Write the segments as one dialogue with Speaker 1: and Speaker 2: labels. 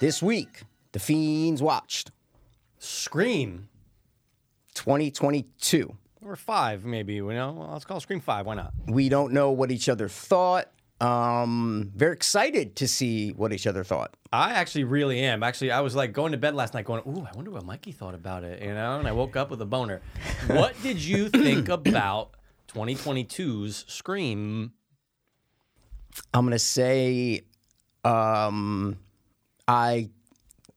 Speaker 1: This week, the Fiends watched
Speaker 2: Scream
Speaker 1: 2022.
Speaker 2: or five, maybe. You know, well, let's call it Scream Five. Why not?
Speaker 1: We don't know what each other thought. Um, very excited to see what each other thought.
Speaker 2: I actually really am. Actually, I was like going to bed last night, going, "Ooh, I wonder what Mikey thought about it," you know. And I woke up with a boner. What did you think about 2022's Scream?
Speaker 1: I'm gonna say, um, I.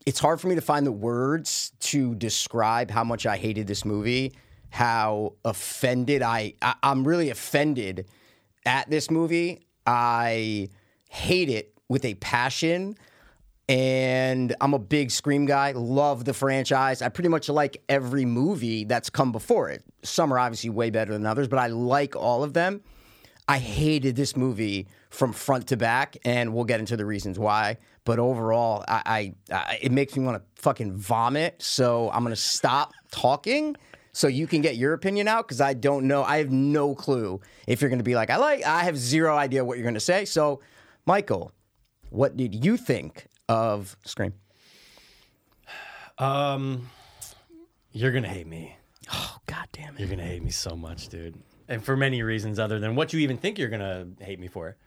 Speaker 1: It's hard for me to find the words to describe how much I hated this movie, how offended I, I I'm really offended at this movie. I hate it with a passion. And I'm a big Scream guy, love the franchise. I pretty much like every movie that's come before it. Some are obviously way better than others, but I like all of them. I hated this movie from front to back, and we'll get into the reasons why. But overall, I, I, I it makes me want to fucking vomit. So I'm gonna stop talking, so you can get your opinion out because I don't know. I have no clue if you're gonna be like I like. I have zero idea what you're gonna say. So, Michael, what did you think of Scream?
Speaker 2: Um, you're gonna hate me.
Speaker 1: Oh God damn
Speaker 2: You're gonna hate me so much, dude. And for many reasons other than what you even think you're gonna hate me for.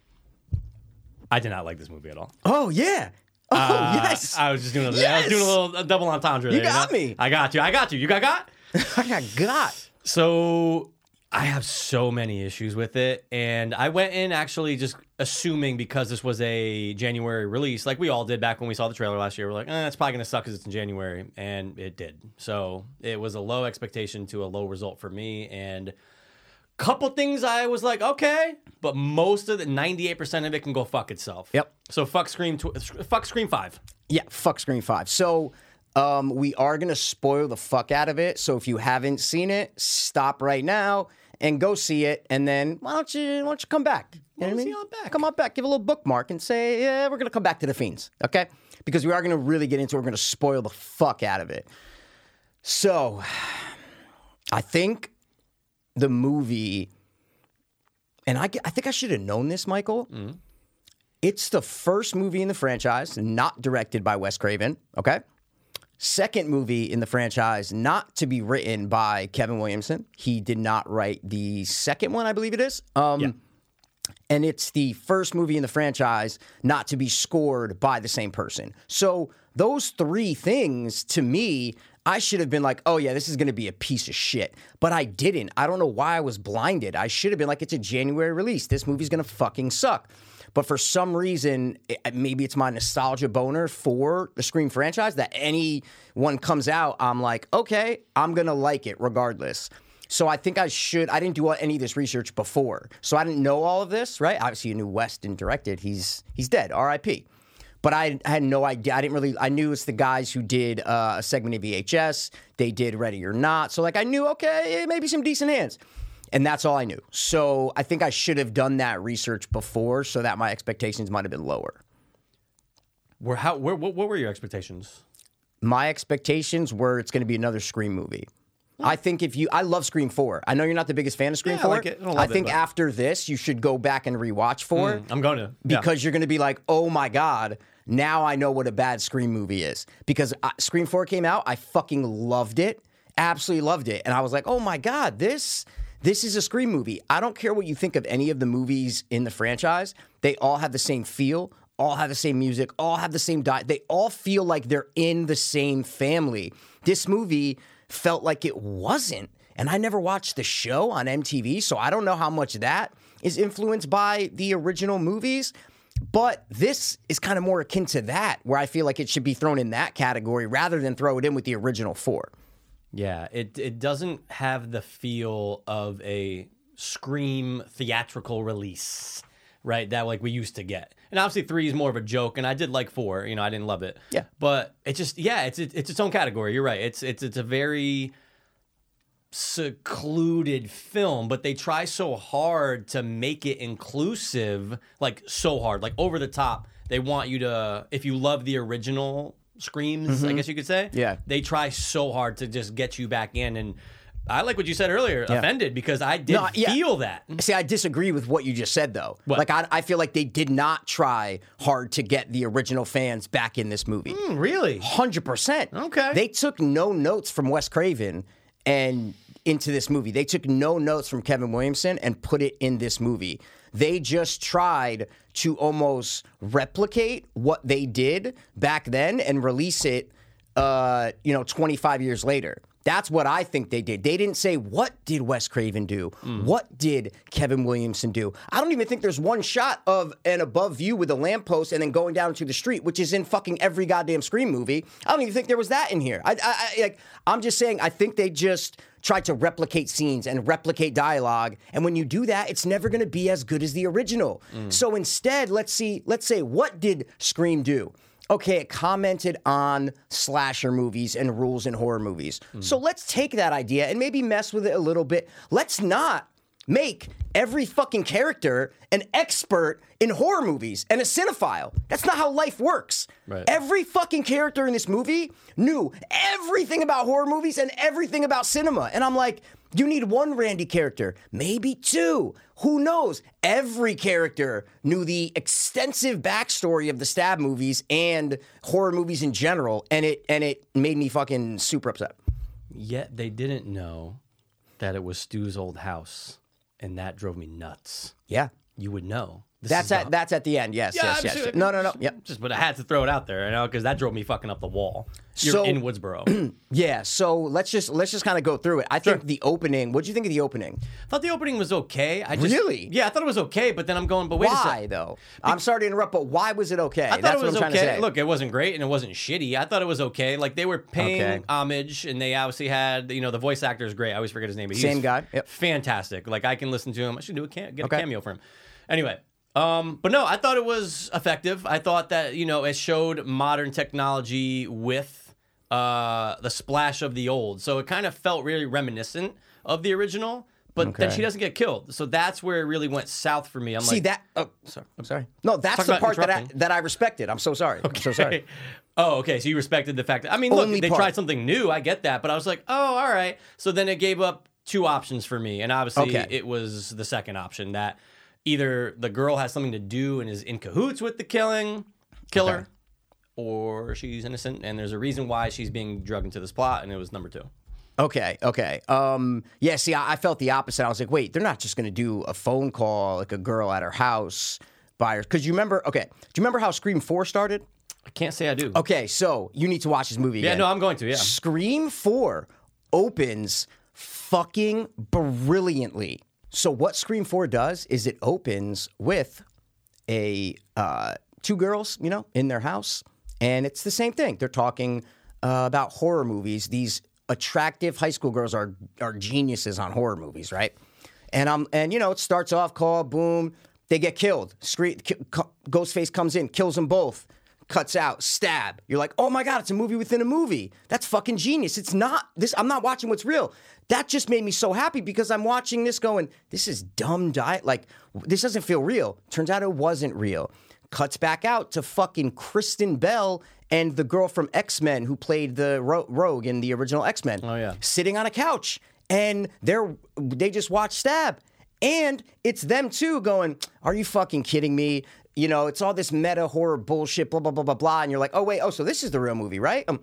Speaker 2: I did not like this movie at all.
Speaker 1: Oh yeah. Oh
Speaker 2: Uh,
Speaker 1: yes. I,
Speaker 2: I was just doing a, I was doing a
Speaker 1: Yes!
Speaker 2: little double entendre. You there,
Speaker 1: got
Speaker 2: know?
Speaker 1: me.
Speaker 2: I got you. I got you. You got got.
Speaker 1: got got.
Speaker 2: So I have so many issues with it. And I went in actually just assuming because this was a January release, like we all did back when we saw the trailer last year, we're like, eh, it's probably going to suck because it's in January. And it did. So it was a low expectation to a low result for me. And couple things I was like, okay, but most of the 98% of it can go fuck itself.
Speaker 1: Yep.
Speaker 2: So fuck Scream, tw- fuck Scream 5.
Speaker 1: Yeah, fuck Screen 5. So um, we are going to spoil the fuck out of it. So if you haven't seen it, stop right now and go see it. And then why don't you, why don't you come back? You know what
Speaker 2: Why
Speaker 1: I
Speaker 2: don't you
Speaker 1: mean?
Speaker 2: come back?
Speaker 1: Come on back. Give a little bookmark and say, yeah, we're going to come back to the Fiends. Okay? Because we are going to really get into it. We're going to spoil the fuck out of it. So I think the movie, and I, g- I think I should have known this, Michael. It's the first movie in the franchise not directed by Wes Craven, okay? Second movie in the franchise not to be written by Kevin Williamson. He did not write the second one, I believe it is. Um, And it's the first movie in the franchise not to be scored by the same person. So, those three things to me, I should have been like, oh, yeah, this is going to be a piece of shit. But I didn't. I don't know why I was blinded. I should have been like, it's a January release. This movie's going to fucking suck. But for some reason, it- maybe it's my nostalgia boner for the Scream franchise that any one comes out, I'm like, okay, I'm gonna like it regardless. So I think I should. I didn't do any of this research before, so I didn't know all of this, right? Obviously, you knew West didn't direct it. He's he's dead, R.I.P. But I, I had no idea. I didn't really. I knew it's the guys who did uh, a segment of VHS. They did Ready or Not. So like I knew, okay, eh, maybe some decent hands. And that's all I knew. So I think I should have done that research before so that my expectations might have been lower.
Speaker 2: Where, how, where, what, what were your expectations?
Speaker 1: My expectations were it's going to be another Scream movie. I think if you, I love Scream 4. I know you're not the biggest fan of Scream
Speaker 2: Yeah, I
Speaker 1: 4.
Speaker 2: like it. I don't love it,
Speaker 1: think
Speaker 2: but-
Speaker 1: after this, you should go back and rewatch 4.
Speaker 2: I'm going to. yeah.
Speaker 1: because you're going to be like, oh my God, now I know what a bad Scream movie is. Because I, Scream 4 came out, I fucking loved it, absolutely loved it. And I was like, oh my God, this. This is a Scream movie. I don't care what you think of any of the movies in the franchise. They all have the same feel, all have the same music, all have the same di- they all feel like they're in the same family. This movie felt like it wasn't. And I never watched the show on MTV, so I don't know how much that is influenced by the original movies. But this is kind of more akin to that, where I feel like it should be thrown in that category rather than throw it in with the original four.
Speaker 2: Yeah, it it doesn't have the feel of a scream theatrical release, right? That like we used to get. And obviously three is more of a joke, and I did like four. You know, I didn't love it.
Speaker 1: Yeah.
Speaker 2: but it just yeah, it's it, it's its own category. You're right. It's it's it's a very secluded film, but they try so hard to make it inclusive, like so hard, like over the top. They want you to, if you love the original screams, I guess you could say,
Speaker 1: Mm-hmm. Yeah.
Speaker 2: they try so hard to just get you back in. And I like what you said earlier. Offended because I did
Speaker 1: No, yeah.
Speaker 2: feel that.
Speaker 1: See, I disagree with what you just said, though. Like, I, I feel like they did not try hard to get the original fans back in this movie.
Speaker 2: Mm, Really?
Speaker 1: Hundred percent.
Speaker 2: Okay.
Speaker 1: They took no notes from Wes Craven and into this movie. They took no notes from Kevin Williamson and put it in this movie. They just tried to almost replicate what they did back then and release it. Uh, you know, 25 years later. That's what I think they did. They didn't say what did Wes Craven do? What did Kevin Williamson do? I don't even think there's one shot of an above view with a lamppost and then going down to the street, which is in fucking every goddamn Scream movie. I don't even think there was that in here. I, I, I like I'm just saying I think they just tried to replicate scenes and replicate dialogue and when you do that it's never going to be as good as the original. So instead, let's see let's say what did Scream do? okay, it commented on slasher movies and rules in horror movies. So let's take that idea and maybe mess with it a little bit. Let's not make every fucking character an expert in horror movies and a cinephile. That's not how life works.
Speaker 2: Right.
Speaker 1: Every fucking character in this movie knew everything about horror movies and everything about cinema. And I'm like, you need one Randy character, maybe two. Who knows? Every character knew the extensive backstory of the stab movies and horror movies in general, and it and it made me fucking super upset.
Speaker 2: Yet they didn't know that it was Stu's old house, and that drove me nuts.
Speaker 1: Yeah,
Speaker 2: You would know. This
Speaker 1: that's
Speaker 2: is
Speaker 1: at
Speaker 2: the-
Speaker 1: that's at the end. Yes,
Speaker 2: Yeah,
Speaker 1: yes,
Speaker 2: I'm
Speaker 1: yes.
Speaker 2: sure-
Speaker 1: No, no, no. Yep.
Speaker 2: Just, but I had to throw it out there, you know, because that drove me fucking up the wall. You're
Speaker 1: So-
Speaker 2: in Woodsboro.
Speaker 1: Yeah, so let's just let's just kind of go through it. I think the opening. What do you think of the opening?
Speaker 2: I thought the opening was okay. I just,
Speaker 1: Really?
Speaker 2: Yeah, I thought it was okay, but then I'm going, but wait a
Speaker 1: Why
Speaker 2: second.
Speaker 1: though? I'm sorry to interrupt, but why was it okay?
Speaker 2: I thought
Speaker 1: That's
Speaker 2: it was
Speaker 1: what I'm
Speaker 2: okay.
Speaker 1: trying to say.
Speaker 2: Look, it wasn't great and it wasn't shitty. I thought it was okay. Like they were paying
Speaker 1: Okay.
Speaker 2: homage, and they obviously had you know the voice actor is great. I always forget his name. But he's
Speaker 1: Same guy. Yep.
Speaker 2: Fantastic. Like I can listen to him. I should do a cam- get
Speaker 1: Okay.
Speaker 2: a cameo for him. Anyway. Um, but no, I thought it was effective. I thought that you know it showed modern technology with uh, the splash of the old, so it kind of felt really reminiscent of the original. But then
Speaker 1: Okay.
Speaker 2: she doesn't get killed, so that's where it really went south for me. I'm
Speaker 1: See
Speaker 2: like,
Speaker 1: that? Oh, sorry. I'm sorry. No, that's
Speaker 2: Talk
Speaker 1: the
Speaker 2: about
Speaker 1: part that I
Speaker 2: interrupting.
Speaker 1: that I respected. I'm so sorry. I'm so sorry.
Speaker 2: Oh, okay. So you respected the fact that I mean, look,
Speaker 1: Only
Speaker 2: they
Speaker 1: part.
Speaker 2: tried something new. I get that, but I was like, oh, all right. So then it gave up two options for me, and obviously
Speaker 1: Okay.
Speaker 2: it was the second option that either the girl has something to do and is in cahoots with the killing killer,
Speaker 1: Okay.
Speaker 2: or she's innocent and there's a reason why she's being drugged into this plot, and it was number two.
Speaker 1: Okay, okay. Um, yeah, see, I, I felt the opposite. I was like, wait, they're not just going to do a phone call, like a girl at her house by her. Because you remember, okay, do you remember how Scream 4 started?
Speaker 2: I can't say I do.
Speaker 1: Okay, so you need to watch this movie
Speaker 2: yeah,
Speaker 1: again.
Speaker 2: no, I'm going to. Yeah,
Speaker 1: Scream 4 opens fucking brilliantly. So what Scream 4 does is it opens with a uh, two girls, you know, in their house, and it's the same thing. They're talking uh, about horror movies. These attractive high school girls are are geniuses on horror movies, right? And um, and you know, it starts off call boom, they get killed. Scream, ki- co- Ghostface comes in, kills them both cuts out, stab. You're like, oh my god, it's a movie within a movie. That's fucking genius. It's not this. I'm not watching what's real. That just made me so happy because I'm watching this going, this is dumb diet. Like this doesn't feel real. Turns out it wasn't real. Cuts back out to fucking Kristen Bell and the girl from X Men who played the ro- Rogue in the original X Men. Oh
Speaker 2: yeah.
Speaker 1: sitting on a couch and they're they just watch stab and it's them too going are you fucking kidding me you know it's all this meta horror bullshit blah blah blah blah blah and you're like oh wait oh so this is the real movie right um,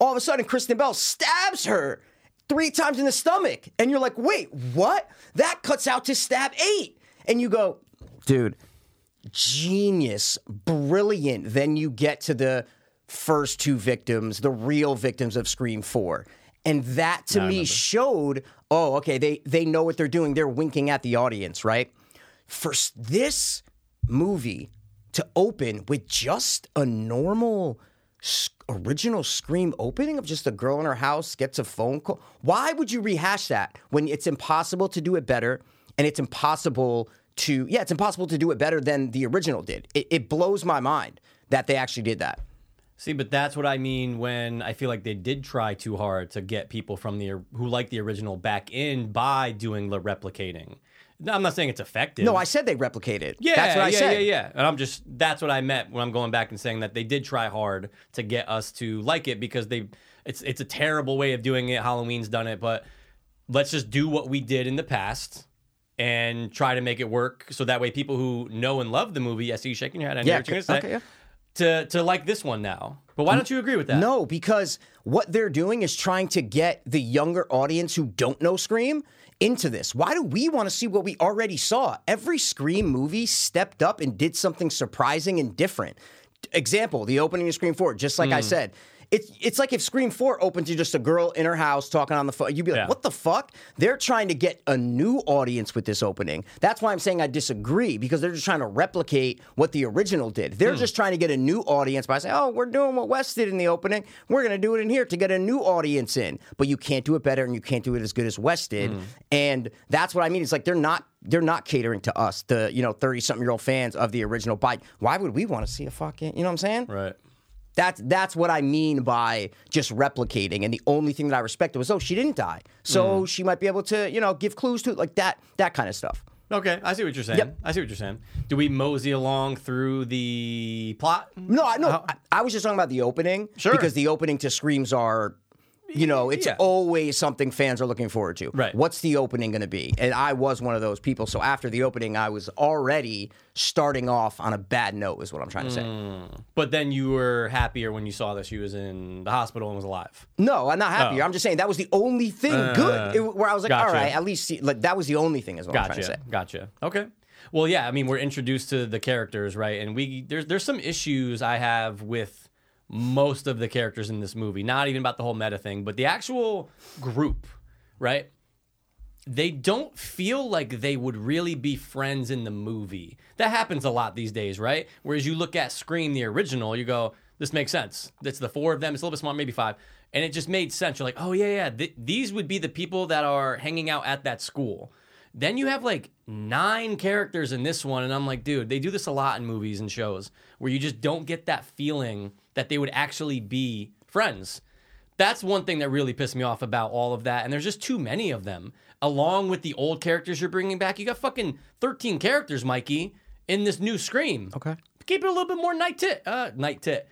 Speaker 1: all of a sudden kristen bell stabs her three times in the stomach and you're like wait what that cuts out to stab eight and you go dude genius, brilliant. Then you get to the first two victims, the real victims of Scream 4. And that to me showed, oh, okay, they they know what they're doing. They're winking at the audience, right? For s- this movie to open with just a normal s- original Scream opening of just a girl in her house gets a phone call. Why would you rehash that when it's impossible to do it better and it's impossible to, yeah, it's impossible to do it better than the original did? It, it blows my mind that they actually did that.
Speaker 2: See, but that's what I mean when I feel like they did try too hard to get people from the who like the original back in by doing the replicating. No, I'm not saying it's effective.
Speaker 1: No, I said they replicated.
Speaker 2: yeah,
Speaker 1: that's what I
Speaker 2: yeah,
Speaker 1: said.
Speaker 2: yeah, yeah. And I'm just that's what I meant when I'm going back and saying that they did try hard to get us to like it because they it's it's a terrible way of doing it. Halloween's done it, but let's just do what we did in the past and try to make it work so that way people who know and love the movie, I see you shaking your head, I know
Speaker 1: Yeah,
Speaker 2: what you're gonna say,
Speaker 1: okay, yeah.
Speaker 2: to, to like this one now. But why don't you agree with that?
Speaker 1: No, because what they're doing is trying to get the younger audience who don't know Scream into this. Why do we want to see what we already saw? Every Scream movie stepped up and did something surprising and different. Example, the opening of Scream 4, just like I said. It's, it's like if Scream 4 opened to just a girl in her house talking on the phone. You'd be like,
Speaker 2: Yeah.
Speaker 1: what the fuck? They're trying to get a new audience with this opening. That's why I'm saying I disagree because they're just trying to replicate what the original did. They're just trying to get a new audience by saying, oh, we're doing what Wes did in the opening. We're going to do it in here to get a new audience in. But you can't do it better and you can't do it as good as Wes did. And that's what I mean. It's like they're not. They're not catering to us, the you know thirty something year old fans of the original bike. Why would we want to see a fucking you know what I'm saying?
Speaker 2: Right.
Speaker 1: That's that's what I mean by just replicating. And the only thing that I respected was, oh, she didn't die, so
Speaker 2: Mm.
Speaker 1: she might be able to, you know, give clues to like that that kind of stuff.
Speaker 2: Okay, I see what you're saying. I see what you're saying. Do we mosey along through the plot?
Speaker 1: No, I no, I, I was just talking about the opening,
Speaker 2: Sure.
Speaker 1: because the opening to Screams are. You know, it's
Speaker 2: Yeah.
Speaker 1: always something fans are looking forward to.
Speaker 2: Right.
Speaker 1: What's the opening going to be? And I was one of those people. So after the opening, I was already starting off on a bad note, is what I'm trying to say.
Speaker 2: Mm. But then you were happier when you saw that she was in the hospital and was alive.
Speaker 1: No, I'm not happy. I'm just saying that was the only thing good it- where I was like,
Speaker 2: Oh. Uh. gotcha.
Speaker 1: all right, at least see, like that was the only thing, is what I'm trying to say.
Speaker 2: Gotcha. Gotcha. Okay. Well, yeah. I mean, we're introduced to the characters, right? And we there's there's some issues I have with most of the characters in this movie. Not even about the whole meta thing, but the actual group, right? They don't feel like they would really be friends in the movie. That happens a lot these days, right? Whereas you look at Scream, the original, you go, this makes sense. It's the four of them. It's a little bit smaller, maybe five. And it just made sense. You're like, oh, yeah, yeah. Th- these would be the people that are hanging out at that school. Then you have like nine characters in this one, and I'm like, dude, they do this a lot in movies and shows where you just don't get that feeling that they would actually be friends. That's one thing that really pissed me off about all of that. And there's just too many of them, along with the old characters you're bringing back. You got fucking 13 characters, Mikey, in this new Scream.
Speaker 1: Okay.
Speaker 2: Keep it a little bit more night tit. Uh, night tit.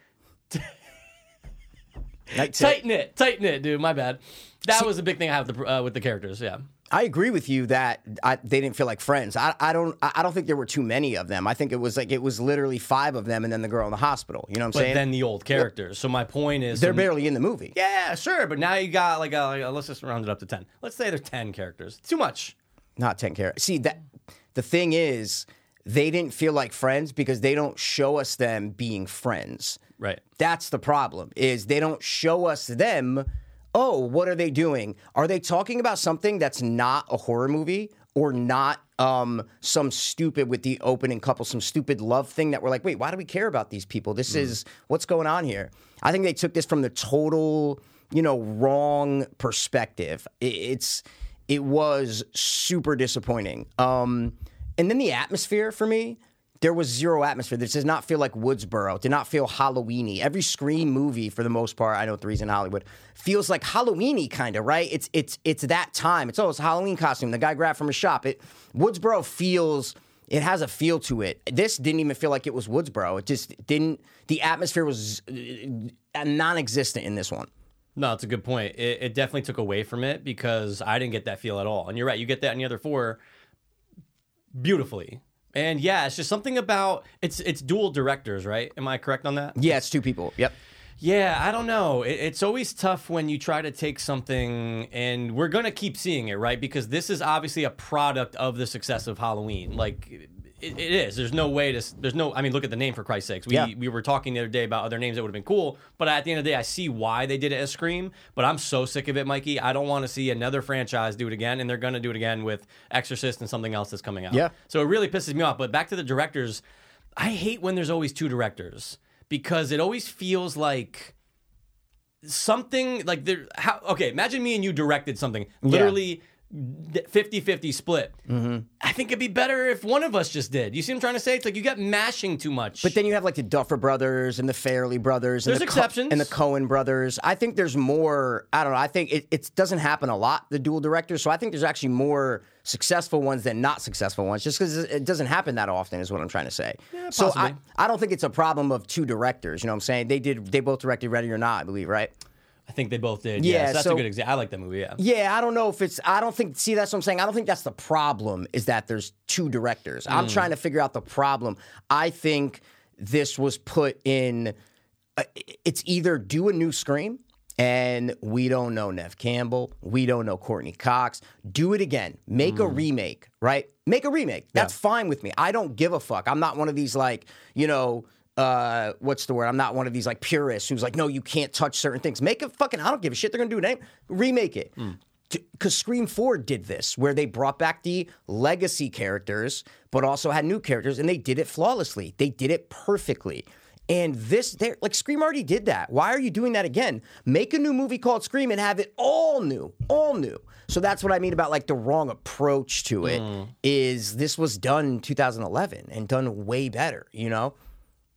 Speaker 1: Night tip.
Speaker 2: Tighten it. Tighten it, dude. My bad. That was a big thing I have with the, uh, with the characters. Yeah.
Speaker 1: I agree with you that I, they didn't feel like friends. I, I don't. I I don't think there were too many of them. I think it was like it was literally five of them, and then the girl in the hospital. You know what I'm
Speaker 2: But
Speaker 1: saying?
Speaker 2: then the old characters. So my point is.
Speaker 1: They're barely in the movie.
Speaker 2: yeah, sure. But now you got like, a, like a- let's just round it up to 10. Let's say there's 10 characters. Too much.
Speaker 1: Not ten care. See that. The thing is, they didn't feel like friends because they don't show us them being friends.
Speaker 2: Right.
Speaker 1: That's the problem. Is they don't show us them. Oh, what are they doing? Are they talking about something that's not a horror movie or not um, some stupid with the opening couple, some stupid love thing that we're like, wait, why do we care about these people? This is what's going on here. I think they took this from the total, you know, wrong perspective. I- It's it was super disappointing. Um, and then the atmosphere for me, there was zero atmosphere. This does not feel like Woodsboro. It did not feel Halloweeny. Every Scream movie, for the most part, I know three's in Hollywood, feels like Halloweeny kind of right. It's it's it's that time. It's oh, it's a Halloween costume. The guy grabbed from a shop. It Woodsboro feels. It has a feel to it. This didn't even feel like it was Woodsboro. It just didn't. The atmosphere was uh, non-existent in this one.
Speaker 2: No, it's a good point. It, it definitely took away from it because I didn't get that feel at all. And you're right, you get that in the other four beautifully. And yeah, it's just something about it's it's dual directors, right? Am I correct on that?
Speaker 1: Yeah, it's two people. Yep.
Speaker 2: Yeah, I don't know. It, it's always tough when you try to take something, and we're gonna keep seeing it, right? Because this is obviously a product of the success of Halloween. Like it, it is. There's no way to. s- There's no. I mean, look at the name for Christ's sakes. We
Speaker 1: Yeah.
Speaker 2: we were talking the other day about other names that would have been cool, but at the end of the day, I see why they did it as Scream. But I'm so sick of it, Mikey. I don't want to see another franchise do it again, and they're gonna do it again with Exorcist and something else that's coming out.
Speaker 1: Yeah.
Speaker 2: So it really pisses me off. But back to the directors, I hate when there's always two directors because it always feels like something like there. How, okay, imagine me and you directed something literally 50 50 split.
Speaker 1: Mm-hmm.
Speaker 2: I think it'd be better if one of us just did. You see what I'm trying to say? It's like you got mashing too much.
Speaker 1: But then you have like the Duffer brothers and the Fairley brothers. And
Speaker 2: There's
Speaker 1: the Co-
Speaker 2: exceptions.
Speaker 1: and the Cohen brothers. I think there's more. I don't know. I think it, it doesn't happen a lot. The dual directors. So I think there's actually more successful ones than not successful ones, just because it doesn't happen that often. Is what I'm trying to say. so I,
Speaker 2: possibly.
Speaker 1: I don't think it's a problem of two directors. You know what I'm saying? They did. They both directed Ready or Not, I believe, right?
Speaker 2: I think they both did.
Speaker 1: Yeah,
Speaker 2: Yeah, so that's
Speaker 1: so-
Speaker 2: a good example. I like that movie. Yeah.
Speaker 1: Yeah, I don't know if it's. I don't think. See, that's what I'm saying. I don't think that's the problem. Is that there's two directors. I'm trying to figure out the problem. I think this was put in. uh, It's either do a new Scream, and we don't know Nev Campbell, we don't know Courtney Cox. Do it again. Make a remake, right? Make a remake. That's fine with me. I don't give a fuck. I'm not one of these like you know. Uh, what's the word? I'm not one of these like purists who's like, no, you can't touch certain things. Make it fucking. I don't give a shit. They're gonna do it. Any- remake it because Scream 4 did this, where they brought back the legacy characters, but also had new characters, and they did it flawlessly. They did it perfectly. And this, they're like Scream already did that. Why are you doing that again? Make a new movie called Scream and have it all new, all new. So that's what I mean about like the wrong approach to it. Is this was done in 2011 and done way better, you know?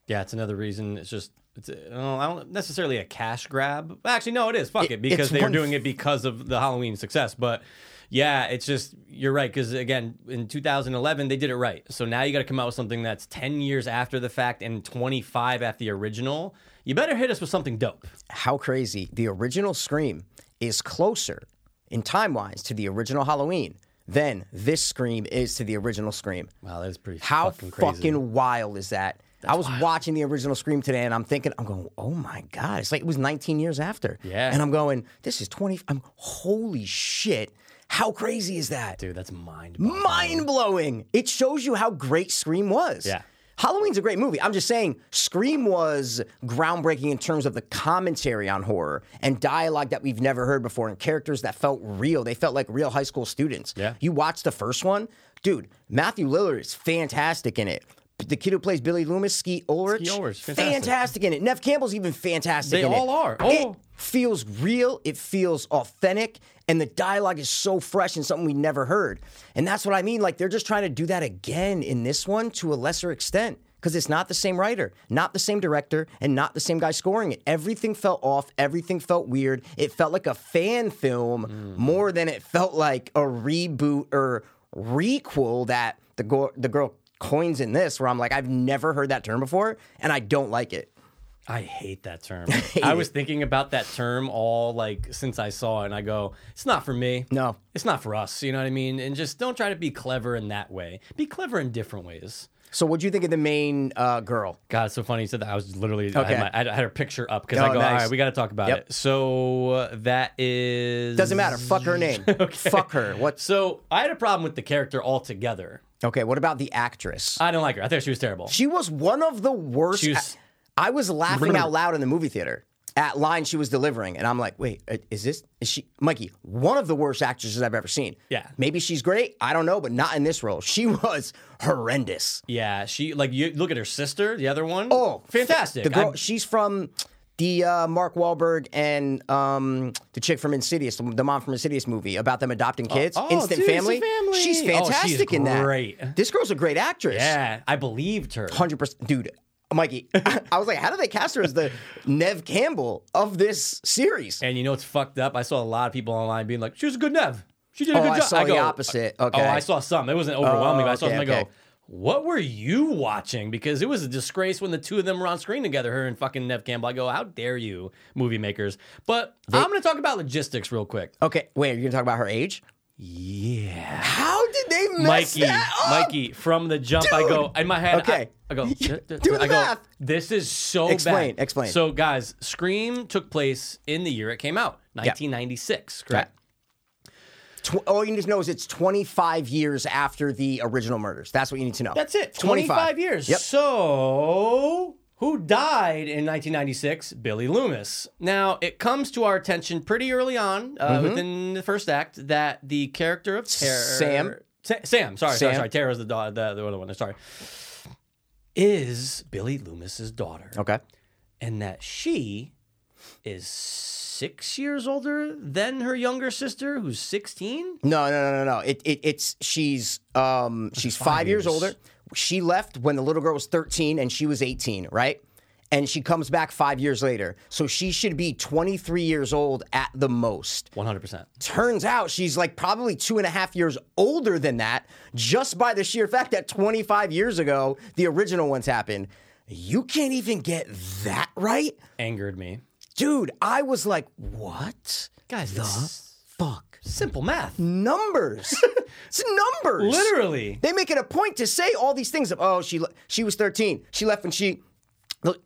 Speaker 2: Yeah, it's another reason. It's just it's uh, I don't necessarily a cash grab. Actually, no, it is. Fuck it,
Speaker 1: it's
Speaker 2: because they were
Speaker 1: one-
Speaker 2: doing it because of the Halloween success. But yeah, it's just you're right because again, in 2011 they did it right. So now you got to come out with something that's 10 years after the fact and 25 after the original. You better hit us with something dope.
Speaker 1: how crazy the original Scream is closer in time wise to the original Halloween than this Scream is to the original Scream.
Speaker 2: Wow, that is pretty
Speaker 1: How
Speaker 2: fucking
Speaker 1: fucking,
Speaker 2: crazy.
Speaker 1: wild is that? I was watching the original Scream today and I'm thinking, I'm going, oh my God. It's like it was 19 years after.
Speaker 2: Yeah.
Speaker 1: And I'm going, this is 20. I'm, holy shit. How crazy is that?
Speaker 2: Dude, that's mind.
Speaker 1: Mind blowing. It shows you how great Scream was.
Speaker 2: Yeah.
Speaker 1: Halloween's a great movie. I'm just saying, Scream was groundbreaking in terms of the commentary on horror and dialogue that we've never heard before and characters that felt real. They felt like real high school students.
Speaker 2: Yeah.
Speaker 1: You watch the first one, dude, Matthew Lillard is fantastic in it. The kid who plays Billy Loomis, Skeet Ulrich,
Speaker 2: Skeet Ulrich,
Speaker 1: fantastic.
Speaker 2: fantastic.
Speaker 1: in it. Nev Campbell's even fantastic
Speaker 2: They
Speaker 1: in it.
Speaker 2: all are.
Speaker 1: It
Speaker 2: Oh.
Speaker 1: feels real, it feels authentic, and the dialogue is so fresh and something we never heard. And that's what I mean. Like they're just trying to do that again in this one to a lesser extent because it's not the same writer, not the same director, and not the same guy scoring it. Everything felt off, everything felt weird. It felt like a fan film
Speaker 2: Mm.
Speaker 1: more than it felt like a reboot or requel that the, go- the girl coins in this, where I'm like, I've never heard that term before, and I don't like it.
Speaker 2: I hate that term. I was thinking about that term all like since I saw it, and I go, it's not for me.
Speaker 1: No.
Speaker 2: it's not for us. You know what I mean? And just don't try to be clever in that way. Be clever in different ways.
Speaker 1: So, what do you think of the main uh, girl?
Speaker 2: God, it's so funny. You said that. I was literally, I,
Speaker 1: Okay.
Speaker 2: had my, I had her picture up because
Speaker 1: Oh,
Speaker 2: I go, all
Speaker 1: nice.
Speaker 2: right, we got to talk about
Speaker 1: Yep.
Speaker 2: it. So uh, that is.
Speaker 1: Doesn't matter. Fuck her name. Fuck her. What's
Speaker 2: So I had a problem with the character altogether.
Speaker 1: okay? What about the actress?
Speaker 2: I don't like her. I think she was terrible.
Speaker 1: She was one of the worst.
Speaker 2: Uh, She was-
Speaker 1: I was laughing out loud in the movie theater at lines she was delivering, and I'm like, wait, uh, is this is she Mikey? One of the worst actresses I've ever seen.
Speaker 2: Yeah.
Speaker 1: Maybe she's great. I don't know, but not in this role. She was horrendous.
Speaker 2: yeah, she, like, you look at her sister, the other one.
Speaker 1: Oh,
Speaker 2: fantastic.
Speaker 1: The girl.
Speaker 2: I-
Speaker 1: she's from. The uh, Mark Wahlberg and um, the chick from Insidious, the mom from Insidious movie about them adopting kids,
Speaker 2: oh,
Speaker 1: Instant
Speaker 2: dude,
Speaker 1: family.
Speaker 2: Instant Family.
Speaker 1: She's
Speaker 2: Oh, she's
Speaker 1: fantastic in that.
Speaker 2: great.
Speaker 1: This girl's a great actress.
Speaker 2: yeah, I believed her.
Speaker 1: hundred percent, dude. Mikey, I was like, how do they cast her as the Nev Campbell of this series?
Speaker 2: And you know what's fucked up? I saw a lot of people online being like, "She was a good Nev. She did a
Speaker 1: Oh,
Speaker 2: good
Speaker 1: I
Speaker 2: job."
Speaker 1: saw the opposite. Okay.
Speaker 2: Oh, I saw some. It wasn't overwhelming,
Speaker 1: Oh,
Speaker 2: but I saw
Speaker 1: okay,
Speaker 2: some. I go,
Speaker 1: okay.
Speaker 2: "What were you watching?" Because it was a disgrace when the two of them were on screen together, her and fucking Nev Campbell. I go, "How dare you, movie makers?" But I'm going to talk about logistics real quick.
Speaker 1: Okay, wait, are you gonna talk about her age?
Speaker 2: Yeah,
Speaker 1: How did they mess
Speaker 2: Mikey,
Speaker 1: that up?
Speaker 2: Mikey, from the jump, I go in my head.
Speaker 1: Okay.
Speaker 2: I, I go.
Speaker 1: Do
Speaker 2: "Th- th-
Speaker 1: the
Speaker 2: I go,
Speaker 1: math."
Speaker 2: This is so
Speaker 1: Explain,
Speaker 2: bad."
Speaker 1: explain.
Speaker 2: So, guys, Scream took place in the year it came out, 1996. Correct.
Speaker 1: Tw- all you need to know is it's 25 years after the original murders. That's what you need to know.
Speaker 2: That's it. 25, years.
Speaker 1: Yep.
Speaker 2: So, who died in 1996? Billy Loomis. Now, it comes to our attention pretty early on uh,
Speaker 1: Mm-hmm.
Speaker 2: within the first act that the character of Terror.
Speaker 1: Sam.
Speaker 2: Sa- Sam. Sorry,
Speaker 1: Sam.
Speaker 2: sorry, sorry. Terror is the, da- the, the other one. Sorry. Is Billy Loomis's daughter.
Speaker 1: Okay.
Speaker 2: And that she is six years older than her younger sister, who's 16.
Speaker 1: No, no, no, no, no. It, it it's she's um she's five, years.
Speaker 2: years.
Speaker 1: older. She left when the little girl was thirteen and she was eighteen, right? And she comes back five years later. So she should be twenty three years old at the most.
Speaker 2: 100%.
Speaker 1: Turns out she's like probably two and a half years older than that, just by the sheer fact that 25 years ago, the original ones happened. You can't even get that right.
Speaker 2: Angered me.
Speaker 1: Dude, I was like, what?
Speaker 2: Guys,
Speaker 1: the
Speaker 2: it's
Speaker 1: fuck?
Speaker 2: simple math.
Speaker 1: Numbers. it's numbers.
Speaker 2: Literally.
Speaker 1: They make it a point to say all these things of, oh, she le- she was 13. She left when she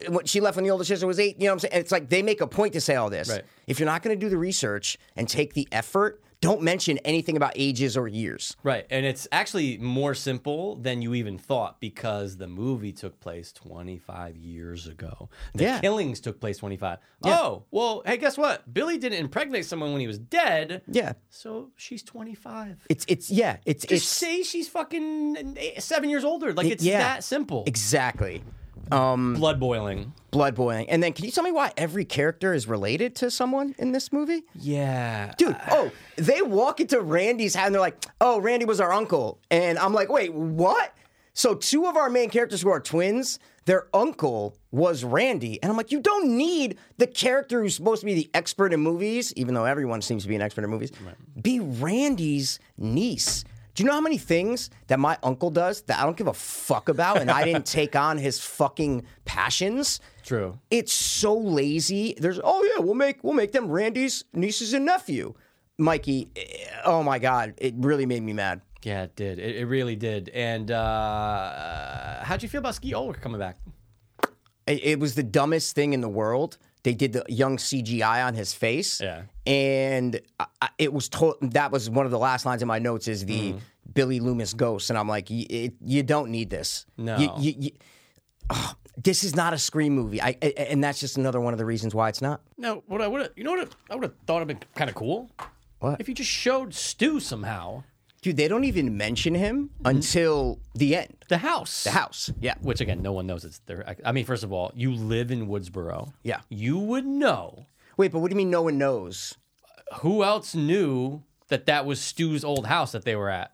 Speaker 1: when she left when the older sister was eight. You know what I'm saying? And it's like they make a point to say all this.
Speaker 2: Right.
Speaker 1: If you're not going to do the research and take the effort, don't mention anything about ages or years.
Speaker 2: Right. And it's actually more simple than you even thought because the movie took place 25 years ago. The
Speaker 1: Yeah.
Speaker 2: killings took place 25. Oh, well, hey, guess what? Billy didn't impregnate someone when he was dead.
Speaker 1: Yeah.
Speaker 2: So she's 25.
Speaker 1: It's it's yeah, it's
Speaker 2: Just
Speaker 1: it's
Speaker 2: say she's fucking eight- seven years older. Like, it's
Speaker 1: yeah.
Speaker 2: that simple. Mm.
Speaker 1: exactly.
Speaker 2: Blood boiling.
Speaker 1: Blood boiling. And then can you tell me why every character is related to someone in this movie?
Speaker 2: Yeah.
Speaker 1: Dude, oh, they walk into Randy's house and they're like, oh, Randy was our uncle. And I'm like, wait, what? So, two of our main characters who are twins, their uncle was Randy. And I'm like, you don't need the character who's supposed to be the expert in movies, even though everyone seems to be an expert in movies, be Randy's niece. Do you know how many things that my uncle does that I don't give a fuck about and I didn't take on his fucking passions?
Speaker 2: True.
Speaker 1: It's so lazy. There's oh yeah, we'll make we'll make them Randy's nieces and nephew. Mikey, eh, oh my god, it really made me mad.
Speaker 2: Yeah, it did. It, it really did. And uh, how'd you feel about Ski Ulrich coming back?
Speaker 1: It, it was the dumbest thing in the world. They did the young CGI on his face,
Speaker 2: Yeah.
Speaker 1: and I, I- it was to- that was one of the last lines in my notes is
Speaker 2: Mm-hmm.
Speaker 1: the Billy Loomis ghost, and I'm like, y- it, you don't need this.
Speaker 2: No.
Speaker 1: You- you- you- ugh, this is not a scream movie, I, a- and that's just another one of the reasons why it's not.
Speaker 2: No, what I would have, you know what I would have thought would have been kind of cool?
Speaker 1: What?
Speaker 2: If you just showed Stu somehow
Speaker 1: Dude, they don't even mention him
Speaker 2: Mm-hmm.
Speaker 1: until the end.
Speaker 2: the house.
Speaker 1: The house. Yeah.
Speaker 2: Which, again, no one knows it's there. I mean, first of all, you live in Woodsboro.
Speaker 1: Yeah.
Speaker 2: You would know.
Speaker 1: Wait, but what do you mean no one knows?
Speaker 2: Who else knew that that was Stu's old house that they were at?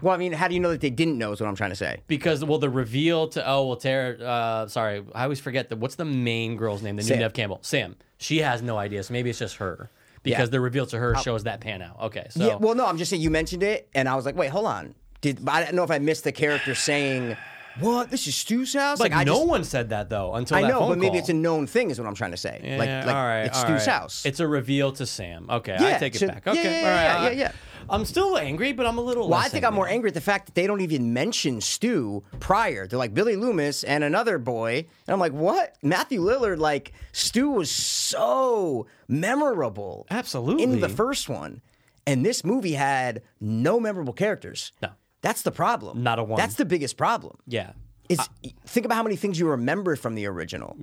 Speaker 1: Well, I mean, how do you know that they didn't know is what I'm trying to say.
Speaker 2: Because, well, the reveal to, oh, well, Tara, uh, sorry, I always forget the, what's the main girl's name? The new
Speaker 1: Sam.
Speaker 2: Nev Campbell. Sam. She has no idea, so maybe it's just her. Because
Speaker 1: Yeah.
Speaker 2: the reveal to her shows that pan out. Okay, so.
Speaker 1: Yeah, well, no, I'm just saying you mentioned it, and I was like, wait, hold on. Did I don't know if I missed the character saying, what, this is Stu's house?
Speaker 2: like,
Speaker 1: I
Speaker 2: no
Speaker 1: just,
Speaker 2: one said that, though, until
Speaker 1: I
Speaker 2: that
Speaker 1: know,
Speaker 2: phone
Speaker 1: but maybe
Speaker 2: call.
Speaker 1: it's a known thing is what I'm trying to say. like,
Speaker 2: Yeah,
Speaker 1: like
Speaker 2: all right,
Speaker 1: it's
Speaker 2: all
Speaker 1: Stu's
Speaker 2: right.
Speaker 1: house.
Speaker 2: It's a reveal to Sam. Okay, I
Speaker 1: Yeah,
Speaker 2: take it
Speaker 1: so-
Speaker 2: back.
Speaker 1: yeah,
Speaker 2: Okay,
Speaker 1: yeah,
Speaker 2: all right,
Speaker 1: yeah,
Speaker 2: all right.
Speaker 1: yeah, yeah.
Speaker 2: I'm still angry, but I'm a little.
Speaker 1: well, I
Speaker 2: less
Speaker 1: think I'm more
Speaker 2: angry.
Speaker 1: angry at the fact that they don't even mention Stu prior. They're like Billy Loomis and another boy. And I'm like, what? Matthew Lillard, like, Stu was so memorable.
Speaker 2: Absolutely.
Speaker 1: in the first one, and this movie had no memorable characters.
Speaker 2: No.
Speaker 1: That's the problem.
Speaker 2: Not a one.
Speaker 1: That's the biggest problem.
Speaker 2: yeah,
Speaker 1: Is think about how many things you remember from the original.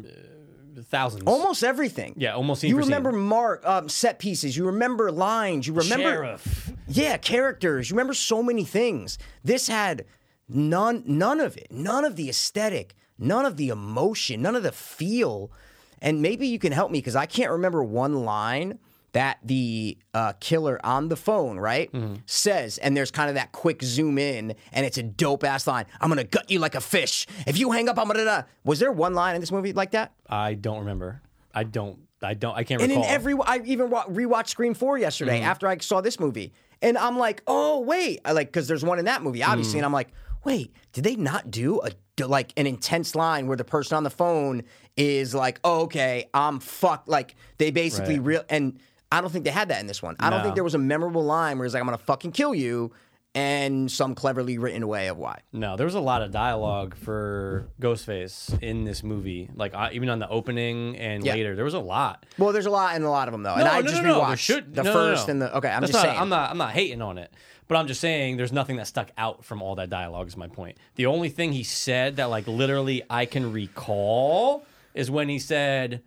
Speaker 2: thousands.
Speaker 1: Almost everything.
Speaker 2: Yeah, almost scene
Speaker 1: You
Speaker 2: for scene.
Speaker 1: remember mark um, set pieces. You remember lines. You remember
Speaker 2: Sheriff.
Speaker 1: yeah characters. You remember so many things. This had none none of it. None of the aesthetic. None of the emotion. None of the feel. And maybe you can help me because I can't remember one line that the uh, killer on the phone right
Speaker 2: Mm-hmm.
Speaker 1: says. And there's kind of that quick zoom in, and it's a dope ass line. I'm gonna gut you like a fish. If you hang up, I'm gonna. da-" Was there one line in this movie like that?
Speaker 2: I don't remember. I don't. I don't. I can't
Speaker 1: And
Speaker 2: recall.
Speaker 1: in every, I even wa- rewatched Scream Four yesterday
Speaker 2: Mm-hmm.
Speaker 1: after I saw this movie, and I'm like, oh wait, I like because there's one in that movie,
Speaker 2: Mm.
Speaker 1: obviously, and I'm like, wait, did they not do a do, like an intense line where the person on the phone is like, oh, okay, I'm fucked, like they basically
Speaker 2: Right.
Speaker 1: real, and I don't think they had that in this one. I don't
Speaker 2: No.
Speaker 1: think there was a memorable line where it's like, I'm gonna fucking kill you, and some cleverly written way of why.
Speaker 2: no, there was a lot of dialogue for Ghostface in this movie. Like I, even on the opening and
Speaker 1: Yeah.
Speaker 2: later, there was a lot.
Speaker 1: Well, there's a lot in a lot of them though, and
Speaker 2: No,
Speaker 1: I
Speaker 2: no,
Speaker 1: just
Speaker 2: no, no, there
Speaker 1: rewatched
Speaker 2: should-
Speaker 1: the
Speaker 2: no, no,
Speaker 1: first
Speaker 2: no.
Speaker 1: and the okay. I'm
Speaker 2: That's
Speaker 1: just
Speaker 2: not-
Speaker 1: saying.
Speaker 2: I'm not. I'm not hating on it, but I'm just saying there's nothing that stuck out from all that dialogue. Is my point. The only thing he said that like literally I can recall is when he said,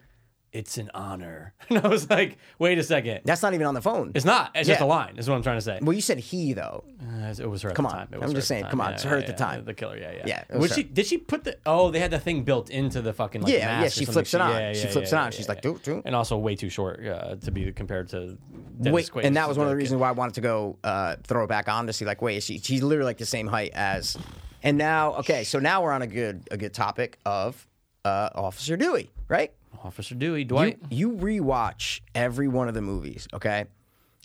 Speaker 2: "It's an honor," and I was like, "Wait a second,
Speaker 1: That's not even on the phone.
Speaker 2: it's not. It's just
Speaker 1: Yeah.
Speaker 2: a line." Is what I'm trying to say.
Speaker 1: well, you said he though.
Speaker 2: Uh, it was her at
Speaker 1: Come
Speaker 2: the
Speaker 1: on.
Speaker 2: time. It
Speaker 1: I'm
Speaker 2: was her
Speaker 1: just
Speaker 2: at the
Speaker 1: saying,
Speaker 2: time.
Speaker 1: come on, it's her at the
Speaker 2: yeah,
Speaker 1: time.
Speaker 2: The killer. Yeah, yeah.
Speaker 1: Yeah, it
Speaker 2: Was,
Speaker 1: was her.
Speaker 2: she? Did she put the? Oh, they had the thing built into the fucking like
Speaker 1: Yeah, yeah,
Speaker 2: mask or
Speaker 1: she
Speaker 2: something.
Speaker 1: flips it on.
Speaker 2: yeah,
Speaker 1: She
Speaker 2: yeah,
Speaker 1: flips
Speaker 2: yeah,
Speaker 1: it on.
Speaker 2: yeah,
Speaker 1: She's
Speaker 2: yeah.
Speaker 1: like, "Doo, doo."
Speaker 2: and also way too short uh, to be compared to. Dennis
Speaker 1: wait,
Speaker 2: Quaid's
Speaker 1: and that was one of the
Speaker 2: kid.
Speaker 1: reasons why I wanted to go uh, throw it back on to see like, wait, she, she's literally like the same height as. And now, okay, so now we're on a good a good topic of uh, Officer Dewey, right?
Speaker 2: Officer Dewey, Dwight.
Speaker 1: You rewatch every one of the movies, okay?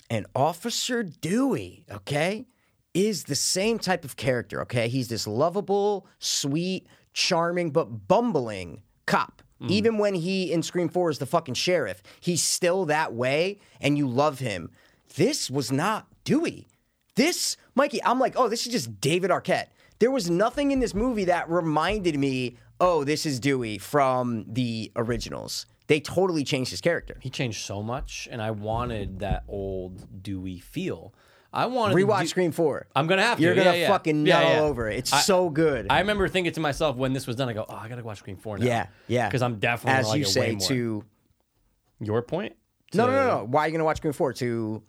Speaker 1: And Officer Dewey, okay, is the same type of character, okay? He's this lovable, sweet, charming, but bumbling cop, Even when he in Scream 4 is the fucking sheriff, he's still that way and you love him. This was not Dewey. This, Mikey, I'm like, oh, this is just David Arquette. There was nothing in this movie that reminded me, oh, this is Dewey from the originals. They totally changed his character.
Speaker 2: He changed so much, and I wanted that old Dewey feel. I wanted the
Speaker 1: Rewatch
Speaker 2: Dew-
Speaker 1: Scream 4.
Speaker 2: I'm gonna have to.
Speaker 1: You're gonna
Speaker 2: yeah, yeah.
Speaker 1: fucking
Speaker 2: Yeah,
Speaker 1: nut
Speaker 2: yeah.
Speaker 1: all over it. It's
Speaker 2: I-
Speaker 1: so good.
Speaker 2: I remember thinking to myself when this was done, I go, "Oh, I gotta watch Scream Four now."
Speaker 1: yeah, yeah.
Speaker 2: Because I'm definitely
Speaker 1: as
Speaker 2: gonna
Speaker 1: you
Speaker 2: like it
Speaker 1: say
Speaker 2: way more.
Speaker 1: to
Speaker 2: your point.
Speaker 1: no,
Speaker 2: to-
Speaker 1: no, no, no. Why are you gonna watch Scream 4? To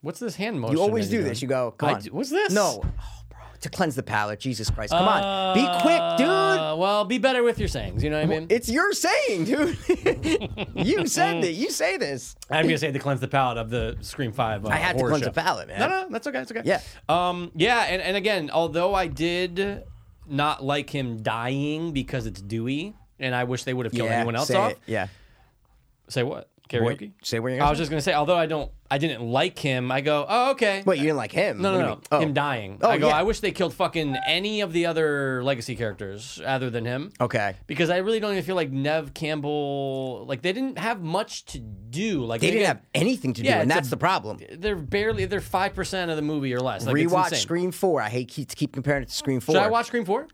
Speaker 2: What's this hand motion?
Speaker 1: you always
Speaker 2: that you're
Speaker 1: do this. You
Speaker 2: doing?
Speaker 1: go, come
Speaker 2: I
Speaker 1: on.
Speaker 2: do- what's this?
Speaker 1: No, oh, bro, to cleanse the palate. Jesus Christ, come on, be quick, dude.
Speaker 2: Uh, well, be better with your sayings. You know what I mean?
Speaker 1: It's your saying, dude. you said that. You say this.
Speaker 2: I'm gonna say to cleanse the palate of the Scream Five. Uh,
Speaker 1: I had to
Speaker 2: horror
Speaker 1: cleanse
Speaker 2: show.
Speaker 1: the palate, man.
Speaker 2: No, no, that's okay. That's okay.
Speaker 1: Yeah.
Speaker 2: Um. Yeah. And, and again, although I did not like him dying because it's Dewey, and I wish they would have killed anyone else
Speaker 1: say
Speaker 2: off.
Speaker 1: it. Yeah.
Speaker 2: Say what?
Speaker 1: Wait,
Speaker 2: Karaoke.
Speaker 1: say what you're
Speaker 2: I
Speaker 1: gonna
Speaker 2: was
Speaker 1: say.
Speaker 2: just gonna say, although I don't, I didn't like him. I go, oh okay.
Speaker 1: Wait, you didn't like him?
Speaker 2: No,
Speaker 1: What do
Speaker 2: no, no.
Speaker 1: you mean? Oh.
Speaker 2: Him dying.
Speaker 1: Oh,
Speaker 2: I go,
Speaker 1: yeah.
Speaker 2: I wish they killed fucking any of the other legacy characters other than him.
Speaker 1: Okay.
Speaker 2: Because I really don't even feel like Nev Campbell, like, they didn't have much to do. Like,
Speaker 1: They didn't
Speaker 2: again,
Speaker 1: have anything to do, and
Speaker 2: Yeah, it's a-
Speaker 1: that's the problem.
Speaker 2: They're barely, they're 5% of the movie or less. Like, it's
Speaker 1: Rewatch
Speaker 2: insane.
Speaker 1: Scream 4. I hate keep, keep comparing it to Scream 4.
Speaker 2: Should I watch Scream 4?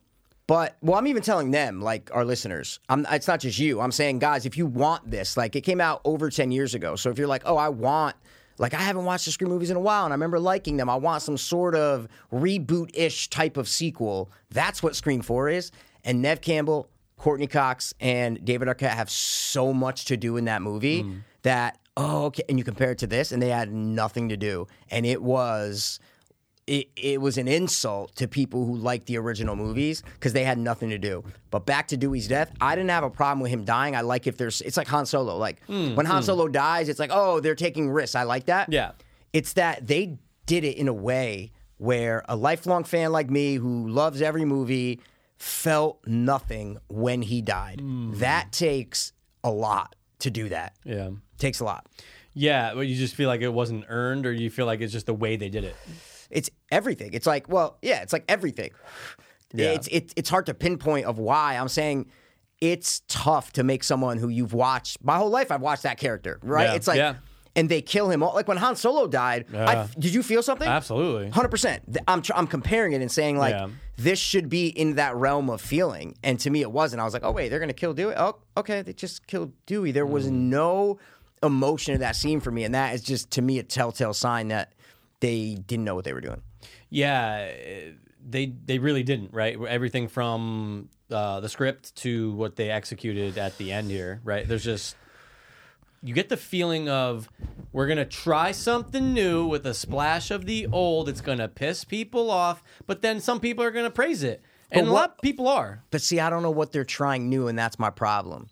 Speaker 1: But well, I'm even telling them, like our listeners, I'm, it's not just you. I'm saying, guys, if you want this, like it came out over ten years ago. So if you're like, oh, I want, like I haven't watched the Scream movies in a while, and I remember liking them. I want some sort of reboot-ish type of sequel. That's what Scream Four is. And Nev Campbell, Courtney Cox, and David Arquette have so much to do in that movie that oh, okay. And you compare it to this, and they had nothing to do, and it was it, it was an insult to people who liked the original movies because they had nothing to do. But back to Dewey's death, I didn't have a problem with him dying. I like if there's, it's like Han Solo. Like when Han Solo dies, it's like, oh, they're taking risks. I like that.
Speaker 2: Hmm, Yeah.
Speaker 1: It's that they did it in a way where a lifelong fan like me who loves every movie felt nothing when he died. That takes a lot to do that.
Speaker 2: Hmm. Yeah.
Speaker 1: Takes a lot.
Speaker 2: Yeah. But you just feel like it wasn't earned, or you feel like it's just the way they did it.
Speaker 1: it's everything. It's like, well, yeah, it's like everything. It's it, it's hard to pinpoint of why. I'm saying it's tough to make someone who you've watched my whole life. I've watched that character, right?
Speaker 2: Yeah,
Speaker 1: It's like,
Speaker 2: yeah.
Speaker 1: and they kill him. all Like when Han Solo died,
Speaker 2: Yeah.
Speaker 1: I, did you feel something?
Speaker 2: Absolutely.
Speaker 1: Hundred percent. I'm tr- I'm comparing it and saying like
Speaker 2: Yeah.
Speaker 1: this should be in that realm of feeling, and to me it wasn't. I was like, oh wait, they're gonna kill Dewey. Oh, okay, they just killed Dewey. There
Speaker 2: Mm.
Speaker 1: was no emotion in that scene for me, and that is just to me a telltale sign that they didn't know what they were doing.
Speaker 2: Yeah, eh, they they really didn't, right? Everything from uh, the script to what they executed at the end here, right? There's just you get the feeling of we're gonna try something new with a splash of the old. It's gonna piss people off, but then some people are gonna praise it, and a lot of people are.
Speaker 1: But see, I don't know what they're trying new, and that's my problem.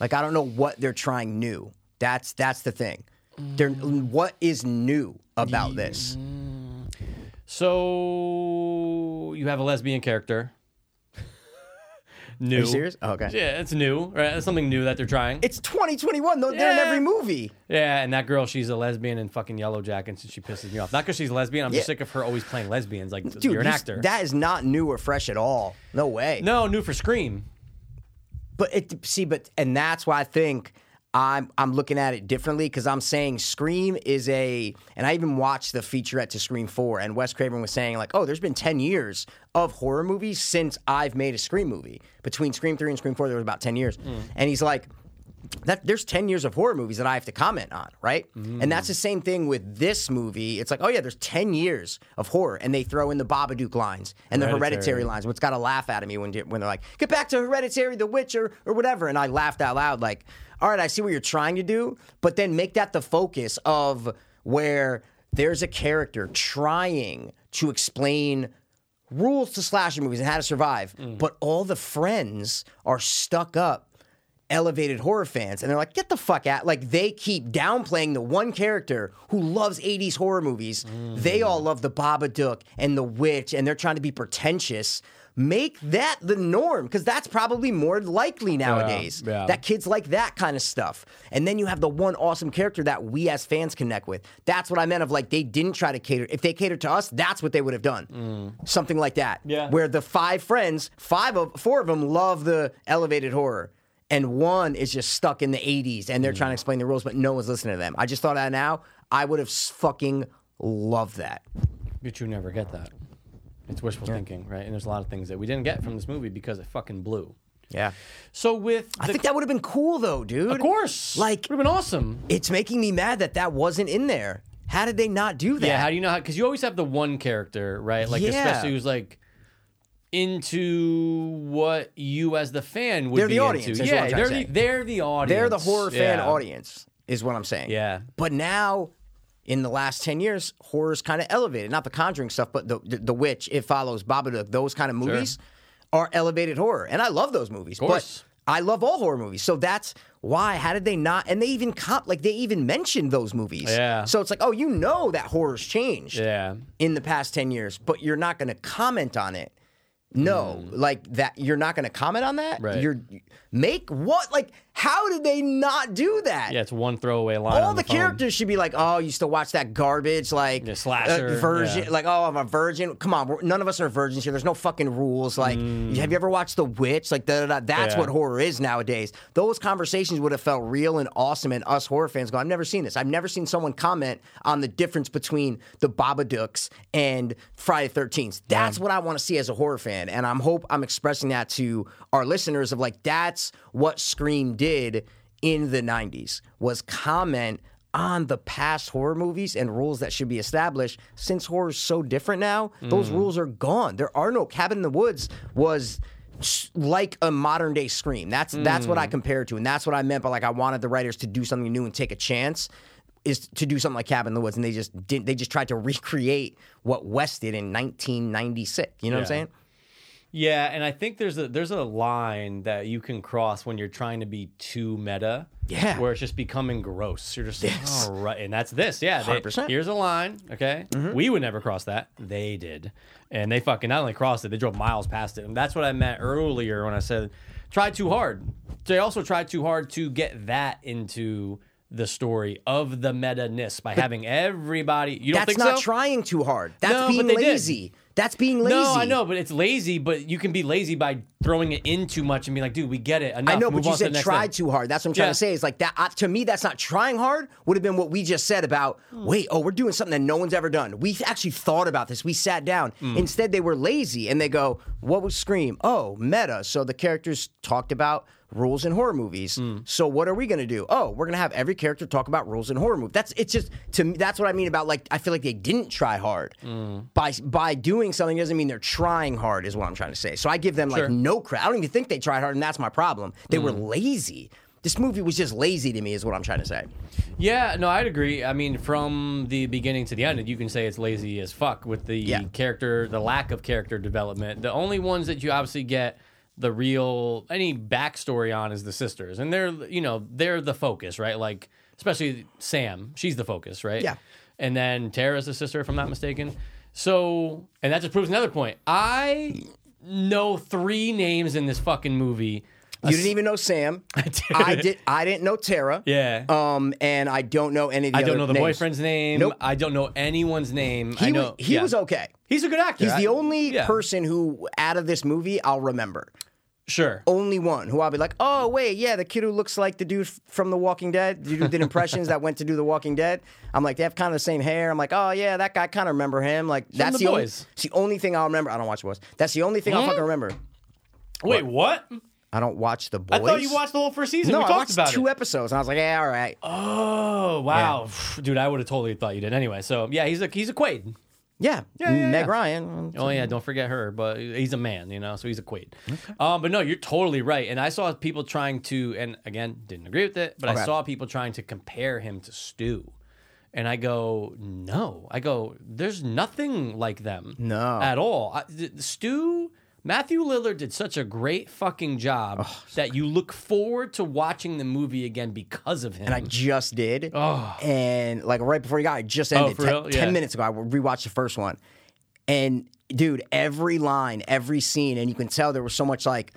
Speaker 1: Like I don't know what they're trying new. That's that's the thing. They're,
Speaker 2: Mm.
Speaker 1: what is new about this?
Speaker 2: So you have a lesbian character. new.
Speaker 1: Are you serious? Oh, okay.
Speaker 2: Yeah, it's new, right? It's something new that they're trying.
Speaker 1: It's 2021 though. They're in
Speaker 2: Yeah.
Speaker 1: every movie.
Speaker 2: Yeah, and that girl, she's a lesbian in fucking yellow jackets, and she pisses me off. Not because she's a lesbian. I'm just
Speaker 1: Yeah.
Speaker 2: sick of her always playing lesbians. Like
Speaker 1: Dude,
Speaker 2: you're an
Speaker 1: you-
Speaker 2: actor.
Speaker 1: That is not new or fresh at all. No way.
Speaker 2: no, new for Scream.
Speaker 1: But it see, but and that's why I think I'm I'm looking at it differently because I'm saying Scream is a and I even watched the featurette to Scream Four and Wes Craven was saying like, oh, there's been ten years of horror movies since I've made a Scream movie. Between Scream Three and Scream Four, there was about ten years,
Speaker 2: Mm.
Speaker 1: and he's like. That there's 10 years of horror movies that I have to comment on, right? And that's the same thing with this movie. It's like, oh yeah, there's 10 years of horror and they throw in the Babadook lines and the
Speaker 2: Hereditary.
Speaker 1: hereditary hereditary lines. What's got to laugh out of me when when they're like, "Get back to Hereditary, The Witch, or or whatever," and I laughed out loud, like, "All right, I see what you're trying to do, but then make that the focus of where there's a character trying to explain." Rules to slasher movies and how to survive, but all the friends are stuck up elevated horror fans and they're like get the fuck out like they keep downplaying the one character who loves 80s horror movies they all love the babadook and the witch and they're trying to be pretentious make that the norm because that's probably more likely nowadays
Speaker 2: yeah.
Speaker 1: that kids like that kind of stuff and then you have the one awesome character that we as fans connect with that's what i meant of like they didn't try to cater if they catered to us that's what they would have done something like that
Speaker 2: Mm. Yeah.
Speaker 1: where the five friends, five of four of them love the elevated horror, and one is just stuck in the 80s and they're trying
Speaker 2: Mm.
Speaker 1: to explain the rules, but no one's listening to them. I just thought out now, I would have s- fucking loved that.
Speaker 2: But you never get that. It's wishful thinking, right? And there's a lot of things that we didn't get from this movie because it fucking blew.
Speaker 1: Yeah.
Speaker 2: So with
Speaker 1: I
Speaker 2: the,
Speaker 1: think that would have been cool though, dude.
Speaker 2: of course,
Speaker 1: Like-
Speaker 2: would have been awesome.
Speaker 1: It's making me mad that that wasn't in there. How did they not do that?
Speaker 2: Yeah, how do you know? Because you always have the one character, right? Like
Speaker 1: Yeah.
Speaker 2: especially who's like into what you as the fan would
Speaker 1: They're
Speaker 2: be
Speaker 1: the audience,
Speaker 2: into.
Speaker 1: is what
Speaker 2: Yeah,
Speaker 1: I'm trying
Speaker 2: they're
Speaker 1: to
Speaker 2: the,
Speaker 1: say.
Speaker 2: they're the audience.
Speaker 1: They're the horror fan
Speaker 2: Yeah.
Speaker 1: audience, is what I'm saying.
Speaker 2: Yeah.
Speaker 1: But now, in the last 10 years, horror's kind of elevated. Not the Conjuring stuff, but the, the, the Witch, It Follows, Babadook, those kind of movies are elevated horror. And I love those movies.
Speaker 2: course.
Speaker 1: But I love all horror movies. So that's why. How did they not? And they even comp, like, they even mentioned those movies.
Speaker 2: Yeah.
Speaker 1: So it's like, oh, you know that horror's changed
Speaker 2: Yeah,
Speaker 1: in the past 10 years, but you're not going to comment on it. No, like that you're not going to comment on that?
Speaker 2: Mm. Right.
Speaker 1: You're make what like how did they not do that?
Speaker 2: yeah, it's one throwaway line.
Speaker 1: All
Speaker 2: on
Speaker 1: the,
Speaker 2: phone.
Speaker 1: characters should be like, "Oh, you still watch that garbage like
Speaker 2: Yeah, slasher,
Speaker 1: version
Speaker 2: yeah.
Speaker 1: like, oh, I'm a virgin." Come on, we're, none of us are virgins here. There's no fucking rules like, have you ever watched The Witch? Like da, da, da. that's
Speaker 2: Mm. Yeah.
Speaker 1: what horror is nowadays. Those conversations would have felt real and awesome and us horror fans go, "I've never seen this. I've never seen someone comment on the difference between The Babadooks and Friday 13th." That's what I want to see as a horror fan, and I'm hope I'm expressing that to our listeners of like that's what Scream did in the 90s was comment on the past horror movies and rules that should be established since horror is so different now those
Speaker 2: Mm.
Speaker 1: rules are gone there are no cabin in the woods was s- like a modern day scream that's that's what i
Speaker 2: Mm.
Speaker 1: compared to and that's what i meant by like i wanted the writers to do something new and take a chance is to do something like cabin in the woods and they just didn't they just tried to recreate what west did in 1996 you know what i'm
Speaker 2: Yeah.
Speaker 1: saying
Speaker 2: Yeah, and I think there's a there's a line that you can cross when you're trying to be too meta.
Speaker 1: Yeah.
Speaker 2: Where it's just becoming gross. You're just
Speaker 1: Yes.
Speaker 2: like, all right, and that's this. Yeah. they-
Speaker 1: 100%.
Speaker 2: here's a line. Okay. We would never cross that. They did. And they fucking not only crossed it, they drove miles past it. And that's what I meant earlier when I said try too hard. They also tried too hard to get that into the story of the meta ness by having everybody you don't
Speaker 1: that's
Speaker 2: think
Speaker 1: not
Speaker 2: so?
Speaker 1: trying too hard that's
Speaker 2: No, but
Speaker 1: being
Speaker 2: they did.
Speaker 1: lazy that's being lazy
Speaker 2: No, I know, but it's lazy. But you can be lazy by throwing it in too much and be like, dude, we get it. Enough.
Speaker 1: I know, but
Speaker 2: Move
Speaker 1: you
Speaker 2: on to the
Speaker 1: said
Speaker 2: next
Speaker 1: try
Speaker 2: thing."
Speaker 1: too hard. That's what I'm trying
Speaker 2: Yeah.
Speaker 1: to say. Is like that I, to me. That's not trying hard. Would have been what we just said about. Wait, oh, we're doing something that no one's ever done. We actually thought about this. We sat down. Instead, they were lazy and they go, "What was Scream? Oh, meta." So the characters talked about rules in horror movies. So what are we going to do? Oh, we're going to have every character talk about rules in horror movies. That's it's just to me. That's what I mean about like I feel like they didn't try hard. By by doing something doesn't mean they're trying hard. Is what I'm trying to say. So I give them like
Speaker 2: Sure.
Speaker 1: no credit. I don't even think they tried hard, and that's my problem. They were lazy. This movie was just lazy to me, is what I'm trying to say.
Speaker 2: Yeah, no, I'd agree. I mean, from the beginning to the end, you can say it's lazy as fuck with the
Speaker 1: Yeah.
Speaker 2: character, the lack of character development. The only ones that you obviously get the real any backstory on is the sisters, and they're you know they're the focus, right? Like especially Sam, she's the focus, right?
Speaker 1: Yeah.
Speaker 2: And then Tara's the sister, if I'm not mistaken. So, and that just proves another point. I know three names in this fucking movie.
Speaker 1: You didn't even know Sam. I did. I didn't know Tara.
Speaker 2: Yeah.
Speaker 1: Um, and I don't know any of the
Speaker 2: I don't
Speaker 1: other
Speaker 2: know the
Speaker 1: names.
Speaker 2: boyfriend's name.
Speaker 1: Nope.
Speaker 2: I don't know anyone's name.
Speaker 1: He
Speaker 2: I know
Speaker 1: was he
Speaker 2: yeah.
Speaker 1: was okay.
Speaker 2: He's a good actor.
Speaker 1: He's
Speaker 2: I-
Speaker 1: the only
Speaker 2: yeah.
Speaker 1: person who out of this movie I'll remember.
Speaker 2: Sure.
Speaker 1: Only one who I'll be like, oh wait, yeah, the kid who looks like the dude f- from The Walking Dead, the dude who did impressions that went to do The Walking Dead. I'm like, they have kind of the same hair. I'm like, oh yeah, that guy I kind of remember him. Like that's
Speaker 2: The
Speaker 1: the only,
Speaker 2: Boys.
Speaker 1: it's the only thing I'll remember. I don't watch the boys. That's the only thing I'll fucking remember.
Speaker 2: Wait, what?
Speaker 1: I don't watch the boys.
Speaker 2: I thought you watched the whole first season.
Speaker 1: No,
Speaker 2: we
Speaker 1: I
Speaker 2: talked
Speaker 1: watched
Speaker 2: about
Speaker 1: two
Speaker 2: it.
Speaker 1: episodes, and I was like, yeah, all right.
Speaker 2: oh wow, dude! I would have totally thought you did. Anyway, so yeah, he's a he's a Quaid.
Speaker 1: yeah.
Speaker 2: yeah,
Speaker 1: Meg
Speaker 2: yeah.
Speaker 1: Ryan.
Speaker 2: Oh yeah, don't forget her. But he's a man, you know, so he's a Quaid. Um, but no, you're totally right. And I saw people trying to, and again, didn't agree with it, but I
Speaker 1: Okay.
Speaker 2: saw people trying to compare him to Stu. And I go, no. I go, there's nothing like them.
Speaker 1: No.
Speaker 2: At all. I, th- Stu, Matthew Lillard did such a great fucking job that you look forward to watching the movie again because of him.
Speaker 1: And I just did. And like right before you got, it just ended.
Speaker 2: Oh. for
Speaker 1: Ten-
Speaker 2: real? Yeah.
Speaker 1: Ten minutes ago, I rewatched the first one. And dude, every line, every scene, and you can tell there was so much like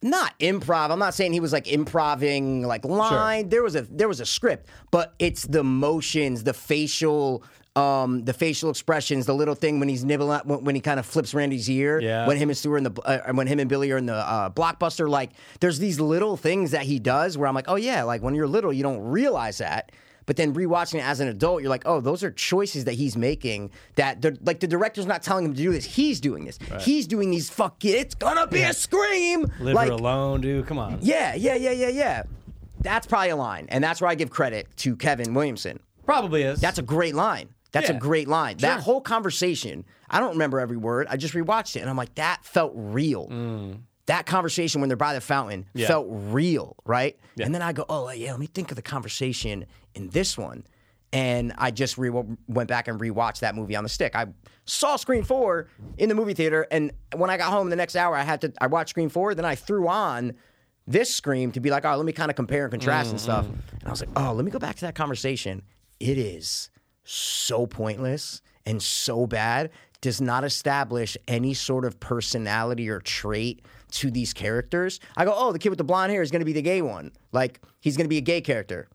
Speaker 1: not improv. I'm not saying he was like improving like line. There was a there was a script, but it's the motions, the facial um, the facial expressions, the little thing when he's nibbling when, when he kind of flips Randy's ear.
Speaker 2: Yeah.
Speaker 1: When him and Stu are in the uh, when him and Billy are in the uh, blockbuster, like there's these little things that he does where I'm like, oh yeah, like when you're little, you don't realize that. But then rewatching it as an adult, you're like, oh, those are choices that he's making that the- like the director's not telling him to do this. He's doing this. He's doing these fuck it. It's gonna be a scream.
Speaker 2: Live
Speaker 1: like,
Speaker 2: her alone, dude. Come on.
Speaker 1: yeah, yeah, yeah, yeah, yeah. That's probably a line, and that's where I give credit to Kevin Williamson.
Speaker 2: Probably is.
Speaker 1: That's a great line. That's a
Speaker 2: Yeah.
Speaker 1: great line. That
Speaker 2: Sure.
Speaker 1: whole conversation, I don't remember every word. I just rewatched it and I'm like, that felt real. That conversation when they're by the fountain
Speaker 2: Mm. Yeah.
Speaker 1: felt real, right? And then I go, oh, yeah, let me think of the conversation in this one. And I just re- went back and rewatched that movie on the stick. I saw Screen 4 in the movie theater. And when I got home the next hour, I had to, I watched Screen 4. Then I threw on this Scream to be like, all right, let me kind of compare and contrast and stuff.
Speaker 2: Mm-hmm.
Speaker 1: And I was like, oh, let me go back to that conversation. It is so pointless and so bad does not establish any sort of personality or trait to these characters. I go, oh, the kid with the blonde hair is going to be the gay one. Like he's going to be a gay character,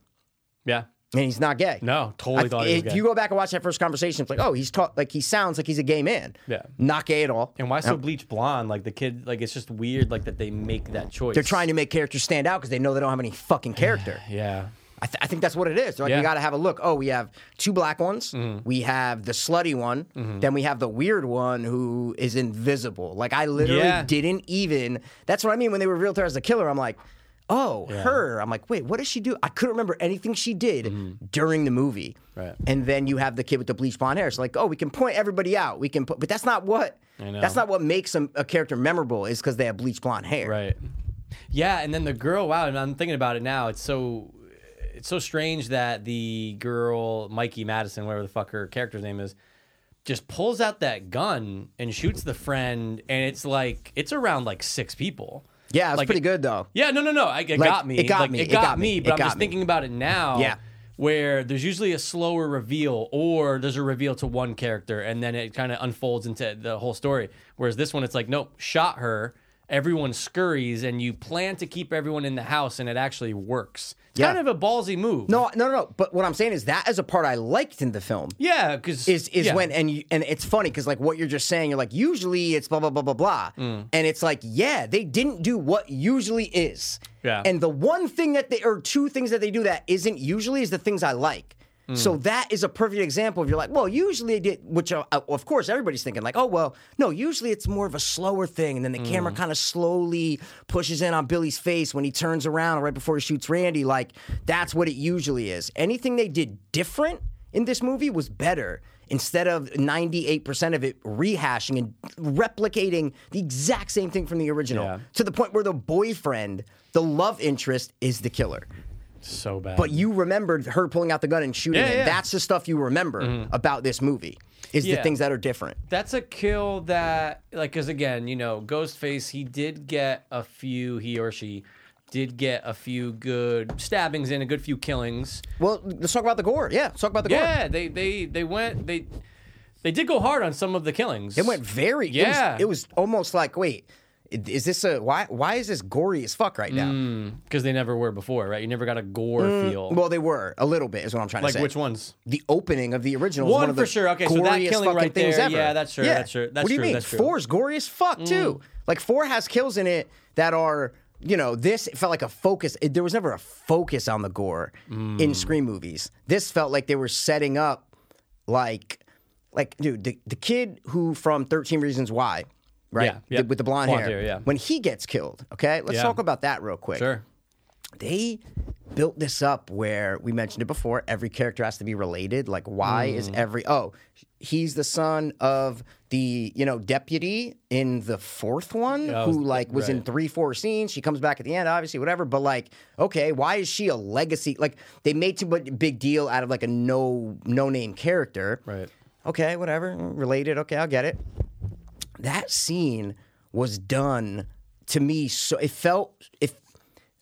Speaker 2: yeah.
Speaker 1: and he's not gay.
Speaker 2: No, totally
Speaker 1: I-
Speaker 2: thought he was
Speaker 1: if
Speaker 2: gay.
Speaker 1: you go back and watch that first conversation, it's like, oh, he's taught like he sounds like he's a gay man.
Speaker 2: Yeah.
Speaker 1: not gay at all.
Speaker 2: and why so bleach blonde? Like the kid, like it's just weird. Like that they make that choice.
Speaker 1: They're trying to make characters stand out because they know they don't have any fucking character.
Speaker 2: Yeah.
Speaker 1: I, th- I think that's what it is. They're like,
Speaker 2: Yeah. Mm-hmm.
Speaker 1: we got to have a look. Oh, we have two black ones. We have the slutty one. Then we have the weird one who is invisible. Like, I literally
Speaker 2: Yeah.
Speaker 1: didn't even. That's what I mean when they revealed her as the killer. I'm like, oh, her. I'm like, wait, what does she do? I couldn't remember anything she did during the movie.
Speaker 2: Mm-hmm. Right.
Speaker 1: And then you have the kid with the bleach blonde hair. It's like, oh, we can point everybody out. We can put, but that's not what.
Speaker 2: I know.
Speaker 1: That's not what makes a, a character memorable. Is because they have bleach blonde hair.
Speaker 2: Right. Yeah, and then the girl. Wow, and I'm thinking about it now. It's so, it's so strange that the girl, Mikey Madison, whatever the fuck her character's name is, just pulls out that gun and shoots the friend, and it's like it's around like six people.
Speaker 1: Yeah, it's
Speaker 2: Like,
Speaker 1: pretty good though.
Speaker 2: Yeah, no, no, no. I, it
Speaker 1: Like,
Speaker 2: got me.
Speaker 1: it got
Speaker 2: Like,
Speaker 1: me,
Speaker 2: It got, me. But
Speaker 1: it
Speaker 2: I'm
Speaker 1: got
Speaker 2: just
Speaker 1: me.
Speaker 2: thinking about it now.
Speaker 1: Yeah.
Speaker 2: Where there's usually a slower reveal, or there's a reveal to one character, and then it kind of unfolds into the whole story. Whereas this one, it's like, nope, shot her. Everyone scurries, and you plan to keep everyone in the house, and it actually works. It's
Speaker 1: Yeah.
Speaker 2: kind of a ballsy move.
Speaker 1: No, no, no, no. But what I'm saying is that is a part I liked in the film.
Speaker 2: Yeah, because
Speaker 1: is is when and you, and it's funny because like what you're just saying, you're like usually it's blah blah blah blah blah,
Speaker 2: Mm.
Speaker 1: and it's like yeah, they didn't do what usually is.
Speaker 2: Yeah.
Speaker 1: And the one thing that they or two things that they do that isn't usually is the things I like. So that is a perfect example of you're like, well, usually they did, which uh, uh, of course everybody's thinking like, oh well, no, usually it's more of a slower thing, and then the camera kind of slowly pushes in on Billy's face when he turns around right before he shoots Randy. Like that's what it usually is. Anything they did different in this movie was better. Instead of 98% of it rehashing and replicating the exact same thing from the original
Speaker 2: Yeah.
Speaker 1: to the point where the boyfriend, the love interest, is the killer.
Speaker 2: so bad.
Speaker 1: But you remembered her pulling out the gun and shooting
Speaker 2: Yeah,
Speaker 1: him.
Speaker 2: yeah. Mm-hmm.
Speaker 1: That's the stuff you remember about this movie. Is the
Speaker 2: Yeah.
Speaker 1: things that are different.
Speaker 2: that's a kill that like because again you know ghostface he did get a few he or she did get a few good stabbings and a good few killings
Speaker 1: Well, let's talk about the gore. Yeah, let's talk about the gore.
Speaker 2: yeah they they they went they they did go hard on some of the killings
Speaker 1: It went very. it was-
Speaker 2: Yeah.
Speaker 1: It was, almost like, wait, is this a why? Why is this gory as fuck right now?
Speaker 2: because Mm, they never were before right you never got a gore feel
Speaker 1: Mm, Well, they were a little bit. Is what I'm trying
Speaker 2: like
Speaker 1: to say.
Speaker 2: which ones
Speaker 1: the opening of the original. is
Speaker 2: One
Speaker 1: one of the
Speaker 2: for sure. Okay, so that
Speaker 1: goriest
Speaker 2: killing
Speaker 1: fucking
Speaker 2: right
Speaker 1: things
Speaker 2: there,
Speaker 1: ever.
Speaker 2: yeah, that's true, that's true, that's
Speaker 1: what do you
Speaker 2: true,
Speaker 1: mean?
Speaker 2: that's true. Mm.
Speaker 1: Four's gory as fuck too. Like four has kills in it that are. You know, this felt like a focus. It, there was never a focus on the gore
Speaker 2: Mm.
Speaker 1: in scream movies. This felt like they were setting up, like, like dude, the, the kid who from Thirteen Reasons Why, right,
Speaker 2: Yeah, yeah.
Speaker 1: The- with the blonde,
Speaker 2: Blonde
Speaker 1: hair,
Speaker 2: hair, yeah.
Speaker 1: when he gets killed. Okay, let's
Speaker 2: Yeah.
Speaker 1: talk about that real quick
Speaker 2: sure
Speaker 1: they built this up where we mentioned it before every character has to be related like why is
Speaker 2: Mm.
Speaker 1: every oh he's the son of the you know deputy in the fourth one
Speaker 2: Yeah, I
Speaker 1: who
Speaker 2: was-
Speaker 1: like was in
Speaker 2: right.
Speaker 1: three four scenes she comes back at the end obviously whatever but like okay why is she a legacy like they made too much big deal out of like a no no name character
Speaker 2: right
Speaker 1: okay, whatever, related, okay, I'll get it. That scene was done to me so it felt if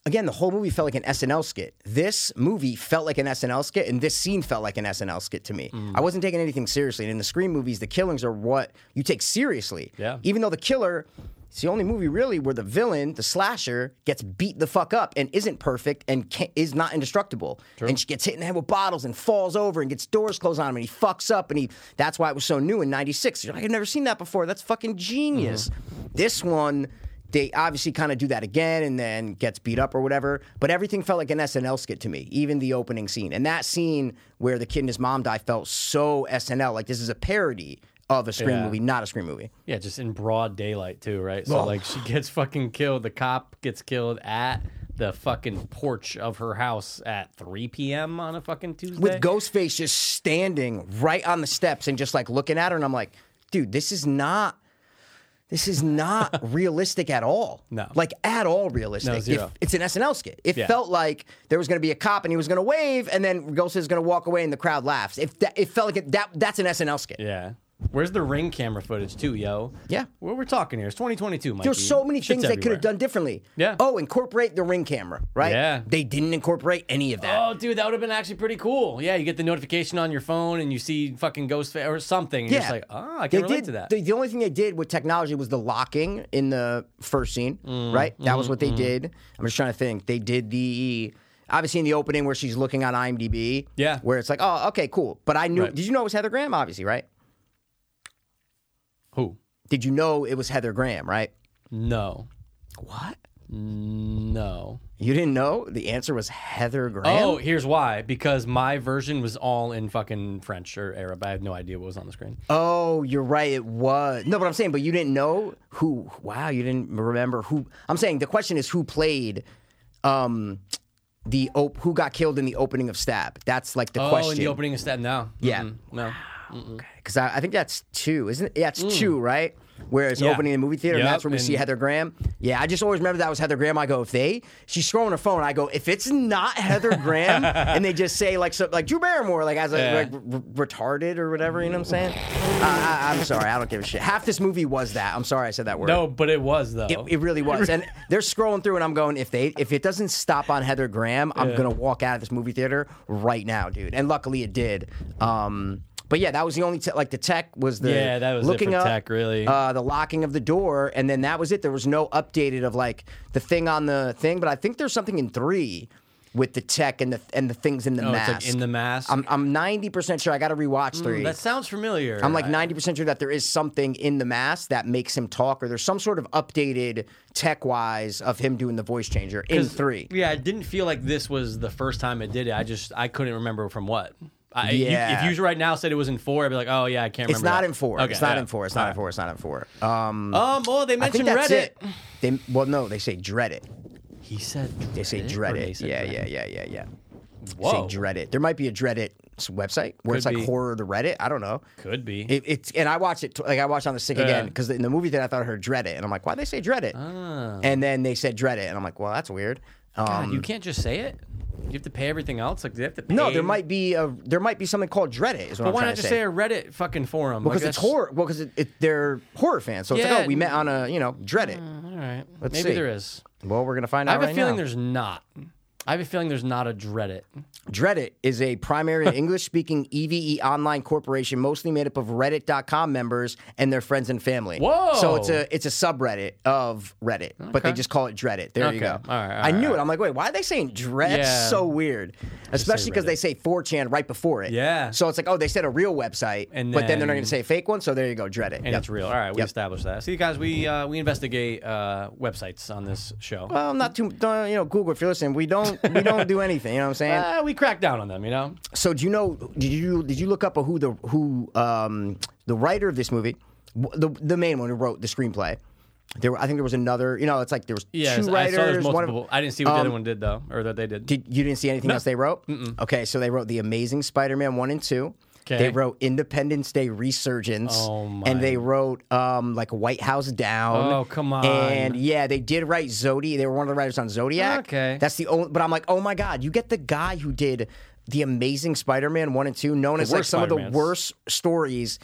Speaker 1: again the whole movie felt like an SNL skit. This movie felt like an SNL skit and this scene felt like an SNL skit to me. I wasn't taking anything seriously. And in the screen movies, the killings are what you take seriously.
Speaker 2: Yeah.
Speaker 1: Even though the killer It's the only movie really where the villain, the slasher, gets beat the fuck up and isn't perfect and can is not indestructible. And she gets hit in the head with bottles and falls over and gets doors closed on him and he fucks up and he. That's why it was so new in '96. You're like, I've never seen that before. That's fucking genius. This one. They obviously kind of do that again and then gets beat up or whatever, but everything felt like an SNL skit to me, even the opening scene. And that scene where the kid and his mom die felt so SNL, like this is a parody of a screen
Speaker 2: Yeah.
Speaker 1: movie, not a screen movie.
Speaker 2: Yeah, just in broad daylight too, right? So
Speaker 1: Well-
Speaker 2: like she gets fucking killed. The cop gets killed at the fucking porch of her house at 3 p.m. on a fucking Tuesday.
Speaker 1: with Ghostface just standing right on the steps and just like looking at her, and I'm like, dude, this is not, this is not realistic at all.
Speaker 2: No.
Speaker 1: like at all realistic.
Speaker 2: No, zero.
Speaker 1: If- it's an SNL skit. It
Speaker 2: Yeah.
Speaker 1: felt like there was going to be a cop and he was going to wave, and then Ghostface is going to walk away and the crowd laughs. If that, it felt like it, that, that's an SNL skit.
Speaker 2: yeah. Where's the ring camera footage too, yo?
Speaker 1: Yeah.
Speaker 2: What we're talking here. It's 2022, Mikey.
Speaker 1: There's so many
Speaker 2: Shit's
Speaker 1: things they could
Speaker 2: everywhere.
Speaker 1: have done differently.
Speaker 2: Yeah.
Speaker 1: Oh, incorporate the ring camera, right?
Speaker 2: Yeah.
Speaker 1: They didn't incorporate any of that.
Speaker 2: Oh, dude, that would have been actually pretty cool. Yeah, you get the notification on your phone and you see fucking ghost fa- or something. And You're just like, oh, I can
Speaker 1: they
Speaker 2: relate
Speaker 1: did,
Speaker 2: to that.
Speaker 1: The, the only thing they did with technology was the locking in the first scene,
Speaker 2: Mm,
Speaker 1: right? That was what they did. I'm just trying to think. They did the obviously in the opening where she's looking on IMDb.
Speaker 2: Yeah.
Speaker 1: where it's like, oh, okay, cool. But I knew.
Speaker 2: Right.
Speaker 1: Did you know it was Heather Graham? Obviously, right?
Speaker 2: Who?
Speaker 1: Did you know it was Heather Graham? Right?
Speaker 2: No.
Speaker 1: What?
Speaker 2: No.
Speaker 1: You didn't know? The answer was Heather Graham.
Speaker 2: Oh, here's why. Because my version was all in fucking French or Arab. I have no idea what was on the screen.
Speaker 1: Oh, you're right. It was no, but I'm saying, but you didn't know who. Wow, you didn't remember who. I'm saying the question is who played, um, the op- who got killed in the opening of Stab. That's like the
Speaker 2: Oh,
Speaker 1: question.
Speaker 2: in the opening of Step Now.
Speaker 1: Yeah.
Speaker 2: No. Mm-hmm.
Speaker 1: because I, I think that's two, isn't it? Yeah, it's two, right? Where it's
Speaker 2: Mm. Yeah.
Speaker 1: opening in the movie theater,
Speaker 2: Yep,
Speaker 1: and that's where we see
Speaker 2: and-
Speaker 1: Heather Graham. Yeah, I just always remember that was Heather Graham. I go, if they, she's scrolling her phone, I go, if it's not Heather Graham, and they just say like so, like Drew Barrymore, like as a
Speaker 2: Yeah.
Speaker 1: like r- retarded or whatever, you know what I'm saying? I, I, I'm sorry, I don't give a shit. Half this movie was that. I'm sorry, I said that word.
Speaker 2: No, but it was though.
Speaker 1: It, it really was, and they're scrolling through, and I'm going, if they, if it doesn't stop on Heather Graham, I'm gonna walk out of this movie theater right now, dude. And luckily, it did. Um, but yeah, that was the only te- like the tech was the
Speaker 2: Yeah, that was it
Speaker 1: looking
Speaker 2: for
Speaker 1: up,
Speaker 2: tech, really.
Speaker 1: uh, the locking of the door, and then that was it. There was no updated of like the thing on the thing, but I think there's something in three with the tech and the and the things in the
Speaker 2: oh, it's
Speaker 1: mask.
Speaker 2: like in the Mm, mask.
Speaker 1: I'm I'm 90 percent sure. I got to rewatch three.
Speaker 2: that sounds familiar.
Speaker 1: I'm like
Speaker 2: I-
Speaker 1: 90% sure that there is something in the mask that makes him talk, or there's some sort of updated tech wise of him doing the voice changer in
Speaker 2: 'Cause-
Speaker 1: three.
Speaker 2: Yeah, I didn't feel like this was the first time it did it. I just I couldn't remember from what. I, you-
Speaker 1: Yeah.
Speaker 2: if you right now said it was in four, I'd be like, oh yeah, I can't remember.
Speaker 1: It's not
Speaker 2: that.
Speaker 1: in four.
Speaker 2: Okay,
Speaker 1: it's not
Speaker 2: yeah.
Speaker 1: in four. It's not in
Speaker 2: All
Speaker 1: four. It's not in four. Um,
Speaker 2: right. Um. Oh, they
Speaker 1: I think
Speaker 2: mentioned
Speaker 1: that's
Speaker 2: Reddit.
Speaker 1: it. They, well, no, they say dread it.
Speaker 2: He said. Reddit,
Speaker 1: They say dread
Speaker 2: or they
Speaker 1: it.
Speaker 2: said
Speaker 1: Yeah,
Speaker 2: Reddit?
Speaker 1: yeah, yeah, yeah, yeah.
Speaker 2: Whoa.
Speaker 1: Say dread it. There might be a dread it website where it's
Speaker 2: Could
Speaker 1: like
Speaker 2: be.
Speaker 1: horror to Reddit. I don't know.
Speaker 2: Could be.
Speaker 1: It, it's and I watched it tw- like I watched on the sick again
Speaker 2: Yeah.
Speaker 1: because in the movie that I thought I heard dread it and I'm like why they say dread it and then they said dread it and I'm like well that's weird. Um,
Speaker 2: Ah. God, you can't just say it. You have to pay everything else. Like they have to. Pay.
Speaker 1: No, there might be a there might be something called Dreadit. Is what
Speaker 2: But
Speaker 1: I'm
Speaker 2: why
Speaker 1: trying
Speaker 2: not
Speaker 1: to
Speaker 2: just
Speaker 1: say.
Speaker 2: say a Reddit fucking forum?
Speaker 1: because it's horror. Well, because it, it, they're horror fans, so it's like,
Speaker 2: Yeah.
Speaker 1: oh, we met on a you know Dreadit.
Speaker 2: All right.
Speaker 1: Let's
Speaker 2: Maybe
Speaker 1: see.
Speaker 2: there is.
Speaker 1: Well, we're gonna find
Speaker 2: I
Speaker 1: out
Speaker 2: have
Speaker 1: right
Speaker 2: a feeling
Speaker 1: now.
Speaker 2: there's not. I have a feeling there's not a Reddit.
Speaker 1: Dreadit is a primary English-speaking EVE online corporation, mostly made up of Reddit.com members and their friends and family.
Speaker 2: Whoa.
Speaker 1: So it's a it's a subreddit of Reddit, but they
Speaker 2: Okay.
Speaker 1: just call it Dreadit. There you
Speaker 2: Okay.
Speaker 1: go.
Speaker 2: All right, all
Speaker 1: I
Speaker 2: right,
Speaker 1: knew
Speaker 2: all
Speaker 1: it. I'm like, wait, why are they saying Dread?
Speaker 2: Yeah.
Speaker 1: That's so weird, especially because
Speaker 2: Reddit.
Speaker 1: they say 4chan right before it.
Speaker 2: Yeah.
Speaker 1: So it's like, oh, they said a real website,
Speaker 2: And
Speaker 1: but then they're not
Speaker 2: then-
Speaker 1: going to say a fake one. So there you go, Dreadit.
Speaker 2: and it's real. All right, we
Speaker 1: Yep.
Speaker 2: established that. See, guys, we uh, we investigate uh, websites on this show.
Speaker 1: Well, I'm not too. Don't, you know, Google. If you're listening, we don't we don't do anything. You know what I'm saying?
Speaker 2: Uh, we crack down on them, you know.
Speaker 1: So do you know? Did you did you look up who the who um the writer of this movie, w- the the main one who wrote the screenplay? There, were, I think there was another. You know, it's like there was
Speaker 2: Yeah,
Speaker 1: two
Speaker 2: I
Speaker 1: writers.
Speaker 2: saw there's
Speaker 1: one of- um,
Speaker 2: multiple. I didn't see what the other one did though, or that they did.
Speaker 1: did you didn't see anything else they wrote? Okay, so they wrote the Amazing Spider-Man one and two. They
Speaker 2: Okay.
Speaker 1: wrote Independence Day Resurgence,
Speaker 2: Oh, my.
Speaker 1: and they wrote um, like White House Down.
Speaker 2: Oh, come on.
Speaker 1: And yeah, they did write Zodi. They were one of the writers on Zodiac.
Speaker 2: Okay.
Speaker 1: that's the only. But I'm like, oh my god, you get the guy who did the Amazing Spider-Man one and two, known as like
Speaker 2: worst
Speaker 1: some of the
Speaker 2: Spider-Mans.
Speaker 1: worst stories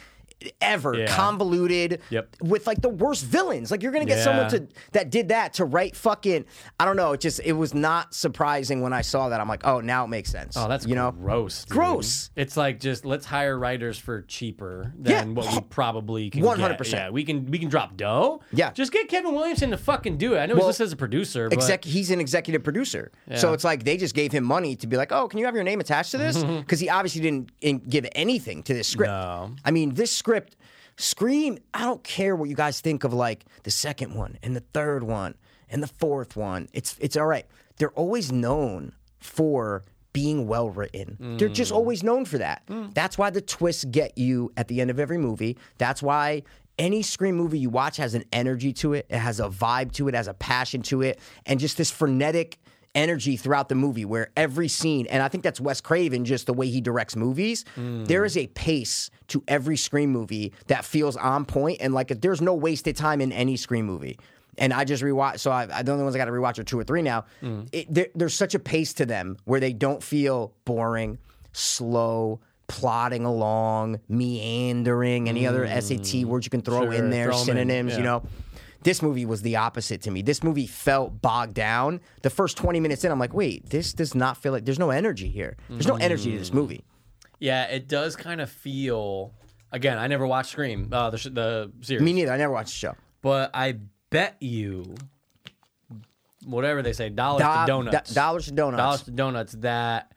Speaker 1: ever
Speaker 2: Yeah.
Speaker 1: convoluted
Speaker 2: Yep.
Speaker 1: with like the worst villains. Like you're gonna get someone
Speaker 2: Yeah.
Speaker 1: to that did that to write fucking I don't know. It just it was not surprising when I saw that. I'm like, oh, now it makes sense.
Speaker 2: Oh, that's
Speaker 1: you know
Speaker 2: gross. dude.
Speaker 1: Gross.
Speaker 2: It's like just let's hire writers for cheaper than
Speaker 1: Yeah. Oh,
Speaker 2: what we probably can.
Speaker 1: 100%.
Speaker 2: get. Yeah, we can we can drop dough.
Speaker 1: Yeah.
Speaker 2: just get Kevin Williamson to fucking do it. I know he's listed as a producer, but
Speaker 1: exec he's an executive producer. So it's like they just gave him money to be like, "Oh, can you have your name attached to this?" Cuz he obviously didn't in, give anything to this script.
Speaker 2: No.
Speaker 1: I mean, this script Scream, I don't care what you guys think of like the second one and the third one and the fourth one. It's it's all right. They're always known for being well written. They're just always known for that. That's why the twists get you at the end of every movie. That's why any scream movie you watch has an energy to it. It has a vibe to it, has a passion to it, and just this frenetic energy throughout the movie where every scene, and I think that's Wes Craven, just the way he directs movies, there is a pace to every Scream movie that feels on point and like there's no wasted time in any Scream movie. And I just rewatch, so I, I, the only ones I got to rewatch are two or three now.
Speaker 2: Mm.
Speaker 1: It, there, there's such a pace to them where they don't feel boring, slow, plodding along, meandering, any other SAT words you can throw
Speaker 2: Mm. Sure,
Speaker 1: in there,
Speaker 2: throw 'em in,
Speaker 1: synonyms, you
Speaker 2: yeah.
Speaker 1: know know? This movie was the opposite to me. This movie felt bogged down. The first 20 minutes in, I'm like, wait, this does not feel like there's no energy here. There's no energy
Speaker 2: Mm.
Speaker 1: to this movie.
Speaker 2: yeah, it does kind of feel. Again, I never watched Scream, uh, the, sh- the series,
Speaker 1: Me neither. I never watched the show.
Speaker 2: but I bet you, whatever they say, dollars
Speaker 1: Do-
Speaker 2: to donuts,
Speaker 1: do- dollars to donuts.
Speaker 2: dollars to donuts that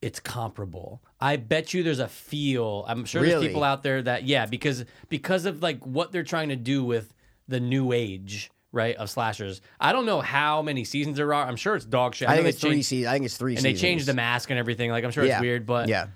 Speaker 2: it's comparable. I bet you there's a feel. I'm sure there's
Speaker 1: Really?
Speaker 2: people out there that yeah, because because of like what they're trying to do with the new age right of slashers. I don't know how many seasons there are. I'm sure it's dog shit.
Speaker 1: I
Speaker 2: know
Speaker 1: think
Speaker 2: they
Speaker 1: it's three
Speaker 2: changed-
Speaker 1: seasons. I think it's three
Speaker 2: and they
Speaker 1: seasons.
Speaker 2: changed the mask and everything. Like I'm sure
Speaker 1: Yeah.
Speaker 2: it's weird, but
Speaker 1: Yeah.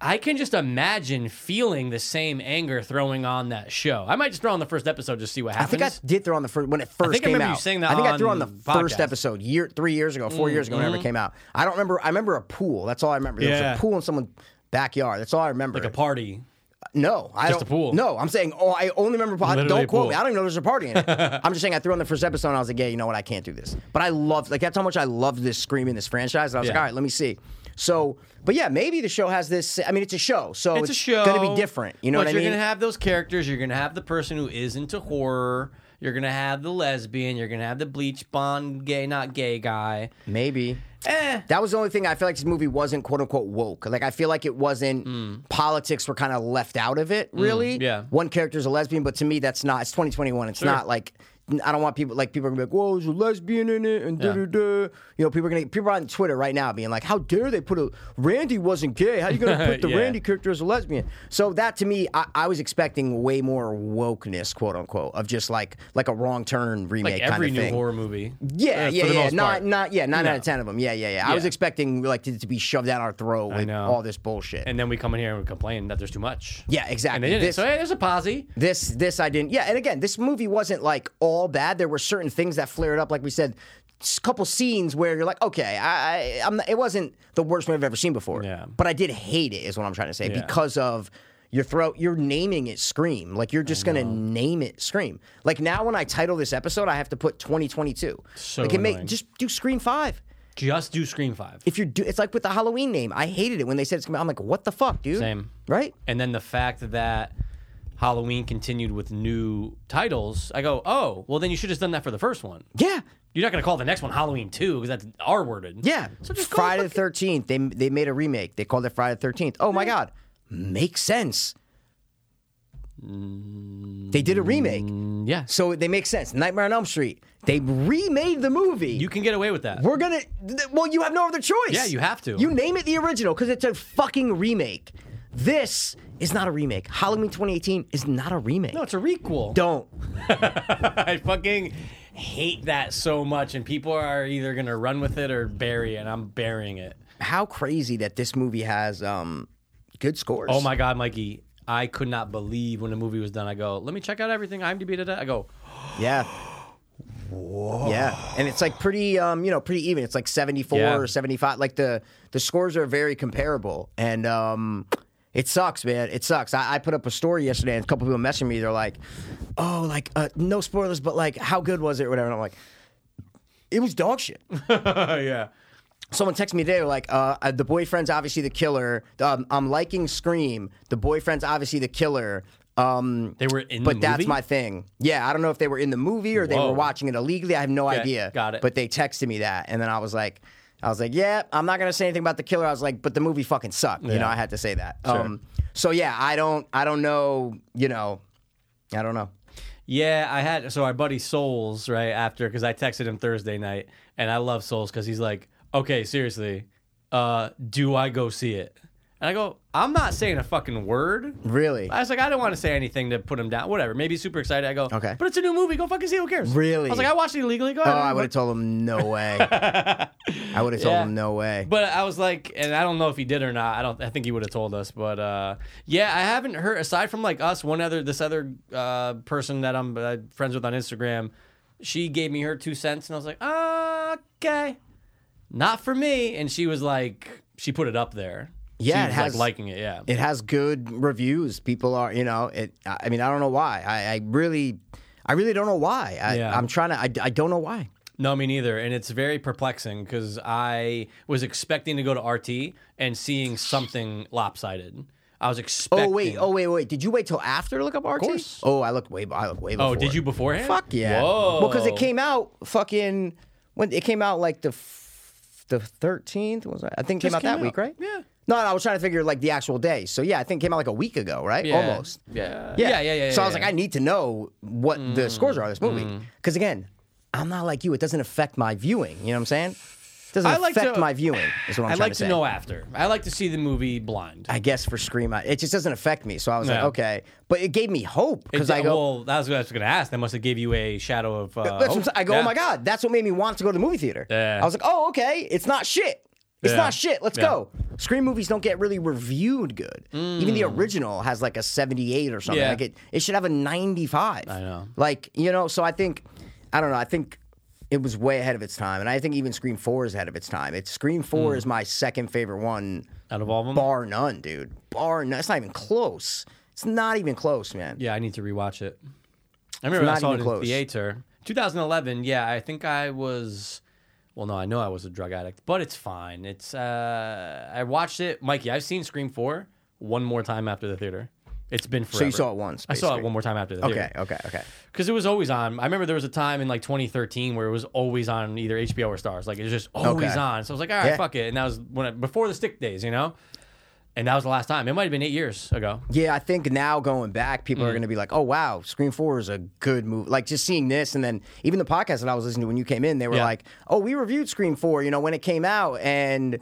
Speaker 2: I can just imagine feeling the same anger throwing on that show. I might just throw on the first episode just see what
Speaker 1: I
Speaker 2: happens.
Speaker 1: think I did throw on the first when it first
Speaker 2: think I
Speaker 1: came
Speaker 2: remember you
Speaker 1: out.
Speaker 2: saying that
Speaker 1: I think I threw on the
Speaker 2: on
Speaker 1: first
Speaker 2: podcast. Mm-hmm.
Speaker 1: episode year three years ago, 4 years ago, whenever it came out. I don't remember. I remember a pool. That's all I remember. There
Speaker 2: Yeah.
Speaker 1: was a pool in someone's backyard. That's all I remember.
Speaker 2: like a party.
Speaker 1: No, I
Speaker 2: Just
Speaker 1: don't.
Speaker 2: a pool.
Speaker 1: No, I'm saying. Oh, I only remember. I-
Speaker 2: Literally
Speaker 1: don't
Speaker 2: a
Speaker 1: quote
Speaker 2: pool.
Speaker 1: me. I don't even know there's a party in it. I'm just saying. I threw on the first episode. and I was like, yeah, you know what? I can't do this. But I loved. Like that's how much I loved this scream in this franchise. And I was like,
Speaker 2: Yeah.
Speaker 1: all right, let me see. So, but yeah, maybe the show has this. I mean, it's a show, so
Speaker 2: it's, a show.
Speaker 1: going to be different. You know
Speaker 2: but
Speaker 1: what I
Speaker 2: you're
Speaker 1: mean?
Speaker 2: gonna have those characters. You're gonna have the person who is into horror. You're gonna have the lesbian. You're gonna have the bleach blonde gay, not gay guy.
Speaker 1: maybe.
Speaker 2: Eh.
Speaker 1: That was the only thing I feel like this movie wasn't quote unquote woke. Like I feel like it wasn't politics were kind of left out of it. Really,
Speaker 2: Hmm. yeah.
Speaker 1: One character's a lesbian, but to me that's not. It's 2021. It's not like I don't want people like people are gonna be like, "Whoa, there's a lesbian in it," and da da da. You know, people are gonna people are on Twitter right now being like, "How dare they put a Randy wasn't gay? How you gonna put the
Speaker 2: Yeah.
Speaker 1: Randy character as a lesbian?" So that to me, I, I was expecting way more wokeness, quote unquote, of just like like a wrong turn remake
Speaker 2: Like
Speaker 1: kind
Speaker 2: every
Speaker 1: of
Speaker 2: new
Speaker 1: thing.
Speaker 2: horror movie.
Speaker 1: Yeah,
Speaker 2: uh,
Speaker 1: yeah,
Speaker 2: for the
Speaker 1: yeah.
Speaker 2: most
Speaker 1: Not,
Speaker 2: part.
Speaker 1: not, yeah. Nine
Speaker 2: No.
Speaker 1: out of ten of them. Yeah, yeah, yeah. I was
Speaker 2: Yeah.
Speaker 1: expecting like to, to be shoved down our throat with
Speaker 2: know.
Speaker 1: all this bullshit.
Speaker 2: and then we come in here and we complain that there's too much.
Speaker 1: yeah,
Speaker 2: and
Speaker 1: exactly.
Speaker 2: they didn't.
Speaker 1: This,
Speaker 2: so hey, there's a posse.
Speaker 1: this, this, I didn't. Yeah, and again, this movie wasn't like all bad. There were certain things that flared up, like we said, a couple scenes where you're like, okay, I, I I'm. Not, it wasn't the worst movie I've ever seen before.
Speaker 2: Yeah.
Speaker 1: But I did hate it, is what I'm trying to say,
Speaker 2: Yeah.
Speaker 1: because of your throat. You're naming it Scream. Like you're just gonna name it Scream. Like now, when I title this episode, I have to put 2022.
Speaker 2: So
Speaker 1: like it may
Speaker 2: annoying.
Speaker 1: just do Scream Five
Speaker 2: Just do Scream Five.
Speaker 1: if you're do, it's like with the Halloween name. I hated it when they said it's. coming out. I'm like, what the fuck, dude?
Speaker 2: Same.
Speaker 1: Right?
Speaker 2: And then the fact that Halloween continued with new titles, I go, oh, well then you should have done that for the first one.
Speaker 1: Yeah.
Speaker 2: You're not gonna call the next one Halloween Two because that's R worded.
Speaker 1: Yeah.
Speaker 2: So just call it
Speaker 1: Friday the Thirteenth. They they made a remake. They called it Friday the Thirteenth. Oh my god, makes sense. They did a remake,
Speaker 2: fucking- yeah.
Speaker 1: so they make sense. Nightmare on Elm Street. They remade the movie.
Speaker 2: You can get away with that.
Speaker 1: We're gonna. th- Well, you have no other choice.
Speaker 2: Yeah, you have to.
Speaker 1: You name it the original because it's a fucking remake. This is not a remake. Halloween 2018 is not a remake.
Speaker 2: No, it's a requel.
Speaker 1: Don't.
Speaker 2: I fucking hate that so much, and people are either gonna run with it or bury it. And I'm burying it.
Speaker 1: how crazy that this movie has um good scores.
Speaker 2: Oh my god, Mikey! I could not believe when the movie was done. I go, let me check out everything IMDb today. I go,
Speaker 1: Yeah. Yeah, and it's like pretty, um, you know, pretty even. It's like seventy four
Speaker 2: Yeah.
Speaker 1: or seventy five. Like the the scores are very comparable, and um, it sucks, man. It sucks. I, I put up a story yesterday, and a couple people messaged me. They're like, "Oh, like uh, no spoilers, but like how good was it?" Or whatever. And I'm like, "It was dog shit."
Speaker 2: yeah.
Speaker 1: someone texted me today they're like uh, uh, the boyfriend's obviously the killer um, i'm liking scream the boyfriend's obviously the killer um,
Speaker 2: They were in
Speaker 1: but
Speaker 2: the
Speaker 1: that's
Speaker 2: movie?
Speaker 1: my thing yeah i don't know if they were in the movie or they
Speaker 2: Whoa.
Speaker 1: were watching it illegally i have no
Speaker 2: Okay,
Speaker 1: idea
Speaker 2: got it.
Speaker 1: but they texted me that and then i was like i was like yeah i'm not going to say anything about the killer i was like but the movie fucking sucked you know i had to say that um, so yeah i don't i don't know you know i don't know
Speaker 2: Yeah, I had so our buddy Souls right after because I texted him Thursday night, and I love Souls because he's like, okay, seriously, uh, do I go see it? And I go, I'm not saying a fucking word.
Speaker 1: really
Speaker 2: I was like, I don't want to say anything to put him down. Whatever. Maybe he's super excited. I go,
Speaker 1: Okay.
Speaker 2: But it's a new movie. Go fucking see. it, Who cares?
Speaker 1: Really?
Speaker 2: I was like, I watched it illegally. Go
Speaker 1: oh
Speaker 2: ahead.
Speaker 1: i would have told him no way i would have told
Speaker 2: Yeah.
Speaker 1: him no way
Speaker 2: But I was like, and I don't know if he did or not. I don't. I think he would have told us. But uh, yeah, I haven't heard aside from like us. One other, this other uh, person that I'm uh, friends with on Instagram, she gave me her two cents, and I was like, okay, not for me. And she was like, she put it up there.
Speaker 1: Yeah,
Speaker 2: she
Speaker 1: it
Speaker 2: was
Speaker 1: has-
Speaker 2: like liking it. Yeah,
Speaker 1: it has good reviews. People are, you know, it. I I mean, I don't know why. I, I really, I really don't know why. I,
Speaker 2: Yeah.
Speaker 1: I'm trying to. I, I don't know why.
Speaker 2: No, me neither. And it's very perplexing because I was expecting to go to RT and seeing something lopsided. I was expecting.
Speaker 1: Oh wait, oh wait, wait. Did you wait till after to look up RT? Of
Speaker 2: course.
Speaker 1: Oh, I looked way. I looked way. Before.
Speaker 2: Oh, did you beforehand?
Speaker 1: Fuck yeah.
Speaker 2: Whoa.
Speaker 1: Well, because it came out fucking when it came out like the f- the 13th was I, I think it came
Speaker 2: Just
Speaker 1: out that
Speaker 2: came
Speaker 1: week,
Speaker 2: out.
Speaker 1: right?
Speaker 2: Yeah.
Speaker 1: No, no, I was trying to figure like the actual day. So yeah, I think it came out like a week ago, right?
Speaker 2: Yeah.
Speaker 1: Almost.
Speaker 2: Yeah. Yeah. Yeah. Yeah.
Speaker 1: so I was
Speaker 2: yeah. Mm,
Speaker 1: like, I need to know what the scores are of this movie. Because again, I'm not like you. It doesn't affect my viewing. You know what I'm saying? It doesn't
Speaker 2: I like
Speaker 1: affect
Speaker 2: to-
Speaker 1: my viewing, is what I'm
Speaker 2: I'd
Speaker 1: trying
Speaker 2: like
Speaker 1: to
Speaker 2: to,
Speaker 1: say.
Speaker 2: know after. I like to see the movie blind.
Speaker 1: I guess for Scream, I, it just doesn't affect me. So I was like,
Speaker 2: No.
Speaker 1: okay. But it gave me hope. Because I go,
Speaker 2: well, that was what I was going to ask. That must have gave you a shadow of. Uh,
Speaker 1: That's what I'm
Speaker 2: hope.
Speaker 1: saying. I go,
Speaker 2: Yeah.
Speaker 1: oh my god, that's what made me want to go to the movie theater.
Speaker 2: Yeah.
Speaker 1: I was like, oh okay, it's not shit. It's
Speaker 2: Yeah.
Speaker 1: not shit. Let's
Speaker 2: Yeah.
Speaker 1: go. Scream movies don't get really reviewed good. Even the original has like a 78 or something.
Speaker 2: Mm. Yeah.
Speaker 1: Like it, it should have a 95. I
Speaker 2: know.
Speaker 1: Like you know, so I think, I don't know. I think it was way ahead of its time, and I think even Scream Four is ahead of its time. It's Scream
Speaker 2: Mm.
Speaker 1: Four is my second favorite one,
Speaker 2: Out of all of them?
Speaker 1: bar none, dude. Bar none. It's not even close. It's not even close, man.
Speaker 2: Yeah, I need to rewatch it. I remember I
Speaker 1: not
Speaker 2: saw it
Speaker 1: even
Speaker 2: in
Speaker 1: close.
Speaker 2: theater. 2011. Yeah, I think I was. Well, no, I know I was a drug addict, but it's fine. It's. uh I watched it, Mikey. I've seen Scream Four one more time after the theater. It's been forever.
Speaker 1: So you saw it once.
Speaker 2: I saw it
Speaker 1: basically.
Speaker 2: one more time after the theater.
Speaker 1: Okay, okay, okay.
Speaker 2: Because it was always on. I remember there was a time in like 2013 where it was always on either HBO or Stars. Like it was just always
Speaker 1: Okay.
Speaker 2: on. So I was like, all right,
Speaker 1: Yeah.
Speaker 2: fuck it. And that was when I, before the stick days, you know. And that was the last time. It might have been eight years ago.
Speaker 1: Yeah, I think now going back, people are
Speaker 2: Mm.
Speaker 1: going to be like, "Oh wow, Scream Four is a good movie." Like just seeing this, and then even the podcast that I was listening to when you came in, they were
Speaker 2: Yeah.
Speaker 1: like, "Oh, we reviewed Scream Four, you know, when it came out, and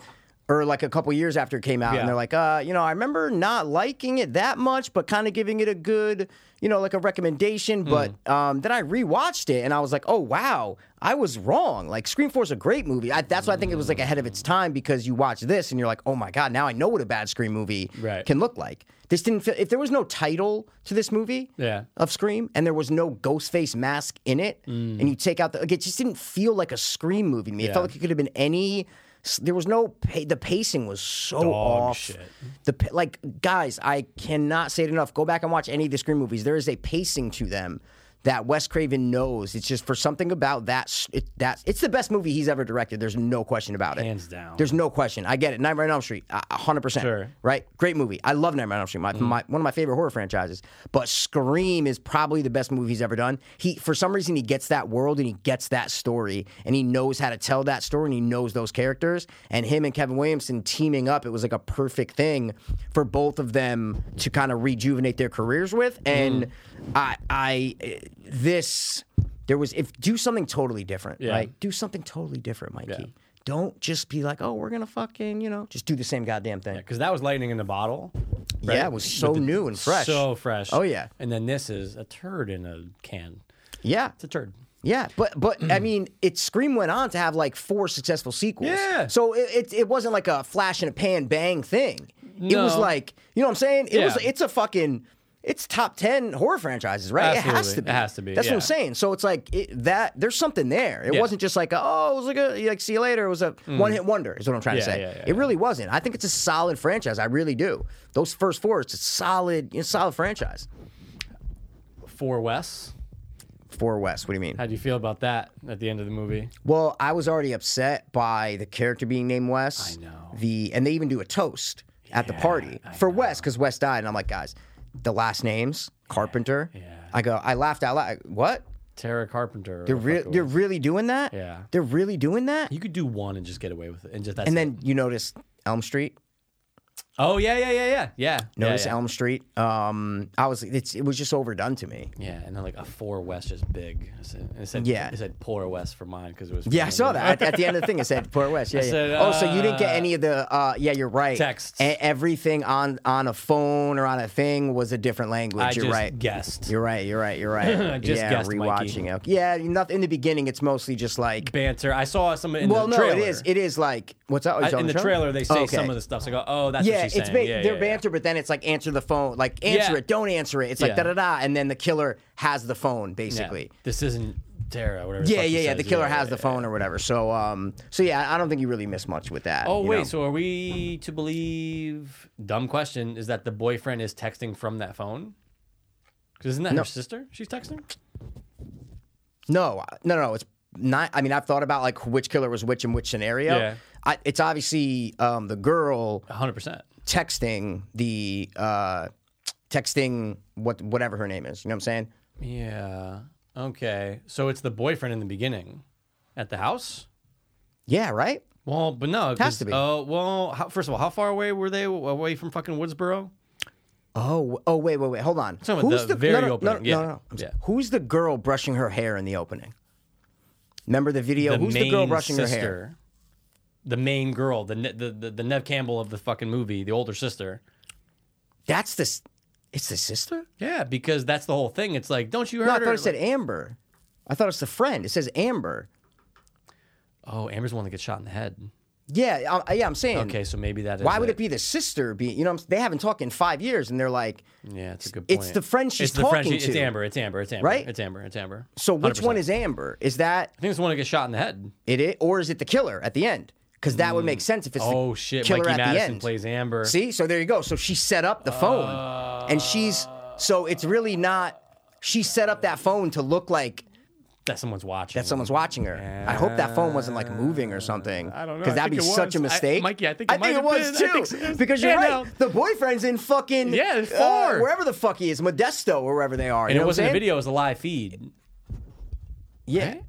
Speaker 1: or like a couple years after it came out."
Speaker 2: Yeah.
Speaker 1: And they're like, "Uh, you know, I remember not liking it that much, but kind of giving it a good, you know, like a
Speaker 2: Mm.
Speaker 1: recommendation." But um, then I rewatched it, and I was like, "Oh wow, I was wrong. Like Scream Four is a great movie. I, that's why I think it was like ahead of its time because you watch this and you're like, "Oh my god, now I know what a bad Scream movie
Speaker 2: Right.
Speaker 1: can." look like. This didn't feel if there was no title to this movie
Speaker 2: Yeah.
Speaker 1: of Scream and there was no Ghostface mask in it and you take out the like it just didn't feel like a Scream movie to me. It
Speaker 2: Mm. Yeah.
Speaker 1: felt like it could have been any s- there was no pa- the pacing was so off.
Speaker 2: shit.
Speaker 1: The pa- like guys, I cannot say it enough. Go back and watch any of the Scream movies. There is a pacing to them that Wes Craven knows. It's just for something about that s- it, that it's the best movie he's ever directed. There's no question about it.
Speaker 2: Hands down.
Speaker 1: There's no question. I get it. Nightmare on Elm Street, a- a hundred percent.
Speaker 2: Sure. Mm-hmm.
Speaker 1: Right? Great movie. I love Nightmare on Elm Street. My, my one of my favorite horror franchises. But Scream is probably the best movie he's ever done. He for some reason he gets that world and he gets that story and he knows how to tell that story and he knows those characters. And him and Kevin Williamson teaming up, it was like a perfect thing for both of them to kind of rejuvenate their careers with.
Speaker 2: Mm.
Speaker 1: And I I eh, this there was if do something totally different,
Speaker 2: Yeah.
Speaker 1: right? Do something totally different, Mikey. Don't just be like, oh, we're gonna fucking, you know, just do the same goddamn thing.
Speaker 2: Because that was lightning in the bottle.
Speaker 1: Yeah, it was so new and fresh.
Speaker 2: So fresh.
Speaker 1: Oh, yeah.
Speaker 2: And then this is a turd in a can.
Speaker 1: yeah,
Speaker 2: It's a turd.
Speaker 1: yeah. But but
Speaker 2: Mm.
Speaker 1: I mean, it Scream went on to have like four successful sequels.
Speaker 2: Yeah.
Speaker 1: So it it, it wasn't like a flash in a pan bang thing. It was
Speaker 2: No.
Speaker 1: like you know what I'm saying. It was
Speaker 2: Yeah.
Speaker 1: it's a fucking it's top ten horror franchises, right? It has
Speaker 2: Absolutely.
Speaker 1: to be.
Speaker 2: It has to be,
Speaker 1: That's what I'm
Speaker 2: yeah.
Speaker 1: saying. So it's like it, that. There's something there. It
Speaker 2: Yeah. Mm.
Speaker 1: wasn't just like a, oh, it was like a like see you later. It was a one hit wonder. Is what I'm trying to
Speaker 2: Yeah,
Speaker 1: say.
Speaker 2: yeah, yeah,
Speaker 1: it really wasn't. I think it's a solid franchise. I really do. Those first four, it's a solid, you know, solid franchise.
Speaker 2: For Wes.
Speaker 1: Four West. What do you mean?
Speaker 2: How do you feel about that at the end of the movie?
Speaker 1: Well, I was already upset by the character being named Wes.
Speaker 2: I know.
Speaker 1: The and they even do a toast at the
Speaker 2: Yeah,
Speaker 1: party
Speaker 2: I
Speaker 1: for Wes because Wes died, and I'm like, guys, the last names Carpenter.
Speaker 2: yeah.
Speaker 1: I go, I laughed out loud. What?
Speaker 2: Tara Carpenter. or
Speaker 1: They're
Speaker 2: the
Speaker 1: re-
Speaker 2: fuck it
Speaker 1: they're
Speaker 2: was.
Speaker 1: really doing that?
Speaker 2: Yeah.
Speaker 1: They're really doing that?
Speaker 2: You could do one and just get away with it, and just that's
Speaker 1: And
Speaker 2: it.
Speaker 1: then you notice Elm Street.
Speaker 2: Oh yeah, yeah, yeah, yeah, yeah. Yeah,
Speaker 1: Notice
Speaker 2: yeah.
Speaker 1: Elm Street. Um, I was it's it was just overdone to me.
Speaker 2: Yeah, and then like a four West just big. It said, it said,
Speaker 1: Yeah.
Speaker 2: it said poor West for mine because it was.
Speaker 1: Yeah, I
Speaker 2: from
Speaker 1: saw that at, at the end of the thing. It said Port West. Yeah, yeah.
Speaker 2: said,
Speaker 1: oh, so you didn't get any of the? Uh, yeah, you're right.
Speaker 2: Texts.
Speaker 1: E- everything on on a phone or on a thing was a different language.
Speaker 2: I
Speaker 1: you're
Speaker 2: just
Speaker 1: right.
Speaker 2: guessed.
Speaker 1: You're right. You're right. You're right.
Speaker 2: I just
Speaker 1: yeah,
Speaker 2: guessed,
Speaker 1: rewatching
Speaker 2: Mikey.
Speaker 1: it. Yeah, nothing in the beginning. It's mostly just like.
Speaker 2: banter. I saw some in
Speaker 1: Well, no,
Speaker 2: the trailer.
Speaker 1: it is. It is like what's that? Oh,
Speaker 2: I-
Speaker 1: it's on
Speaker 2: in the trailer, they say some of the stuff. So I go, oh, that's
Speaker 1: Yeah,
Speaker 2: what
Speaker 1: it's
Speaker 2: she's
Speaker 1: ba-
Speaker 2: saying. yeah,
Speaker 1: they're
Speaker 2: yeah, yeah.
Speaker 1: banter, but then it's like answer the phone, like answer
Speaker 2: Yeah.
Speaker 1: it, don't answer it. It's like da
Speaker 2: Yeah.
Speaker 1: da da, and then the killer has the phone
Speaker 2: Yeah.
Speaker 1: basically.
Speaker 2: This isn't Tara. Whatever.
Speaker 1: Yeah, yeah, yeah. The killer has the phone or whatever. So, um, so yeah, I don't think you really miss much with that.
Speaker 2: Oh
Speaker 1: you
Speaker 2: wait,
Speaker 1: know?
Speaker 2: so are we to believe? Dumb question is that the boyfriend is texting from that phone? Because isn't that her sister? She's texting.
Speaker 1: no, no, no. It's not. I mean, I've thought about like which killer was which in which scenario.
Speaker 2: Yeah.
Speaker 1: I, it's obviously um, the girl
Speaker 2: hundred percent.
Speaker 1: texting the uh, texting what whatever her name is. You know what I'm saying?
Speaker 2: Yeah. Okay. So it's the boyfriend in the beginning, at the house.
Speaker 1: Yeah, right.
Speaker 2: Well, but no, it
Speaker 1: Has to be.
Speaker 2: Oh well, how, first of all, how far away were they away from fucking Woodsboro?
Speaker 1: Oh, w- oh, wait, wait, wait. Hold on.
Speaker 2: talking about the very
Speaker 1: no, no,
Speaker 2: opening,
Speaker 1: No, no,
Speaker 2: yeah.
Speaker 1: no, no. I'm sorry.
Speaker 2: Yeah.
Speaker 1: Who's the girl brushing her hair in the opening? Remember the video? Who's the girl brushing her hair?
Speaker 2: The main girl, the, Ne- the the the Nev Campbell of the fucking movie, the older sister.
Speaker 1: That's the. s- It's the sister.
Speaker 2: Yeah, because that's the whole thing. It's like, don't you hurt
Speaker 1: No, I
Speaker 2: her?
Speaker 1: thought it said Amber. I thought it's the friend. It says Amber.
Speaker 2: oh, Amber's the one that gets shot in the head.
Speaker 1: Yeah, I, yeah, I'm saying.
Speaker 2: Okay, so maybe that is.
Speaker 1: Mm. Why would it
Speaker 2: it
Speaker 1: be the sister? Be you know they haven't talked in five years, and they're like,
Speaker 2: Yeah, it's a good point.
Speaker 1: it's the friend she's
Speaker 2: It's the friend.
Speaker 1: talking
Speaker 2: It's
Speaker 1: to.
Speaker 2: Amber. It's Amber. It's Amber.
Speaker 1: Right?
Speaker 2: It's Amber. It's Amber.
Speaker 1: so which
Speaker 2: 100%.
Speaker 1: one is Amber? Is that
Speaker 2: I think it's the one that gets shot in the head.
Speaker 1: it, i- or is it the killer at the end? Because that would make sense if it's
Speaker 2: Oh
Speaker 1: the
Speaker 2: shit!
Speaker 1: killer
Speaker 2: Mikey
Speaker 1: at
Speaker 2: Madison
Speaker 1: the end.
Speaker 2: plays Amber.
Speaker 1: See, so there you go. So she set up the phone, and she's so it's really not. She set up that phone to look like
Speaker 2: that someone's watching.
Speaker 1: that someone's watching her. I hope that phone wasn't like moving or something.
Speaker 2: I don't know.
Speaker 1: Because
Speaker 2: I
Speaker 1: that'd be
Speaker 2: think it
Speaker 1: such a
Speaker 2: was. I-
Speaker 1: mistake.
Speaker 2: Mikey, I think it might have
Speaker 1: was
Speaker 2: been. I
Speaker 1: too.
Speaker 2: think so.
Speaker 1: Because you're
Speaker 2: Yeah,
Speaker 1: right.
Speaker 2: no.
Speaker 1: The boyfriend's in fucking
Speaker 2: Yeah, there's
Speaker 1: uh,
Speaker 2: four.
Speaker 1: wherever the fuck he is, Modesto or wherever they are. you
Speaker 2: And
Speaker 1: know what
Speaker 2: it
Speaker 1: I'm
Speaker 2: wasn't a
Speaker 1: saying?
Speaker 2: video; it was a live feed.
Speaker 1: Yeah.
Speaker 2: right?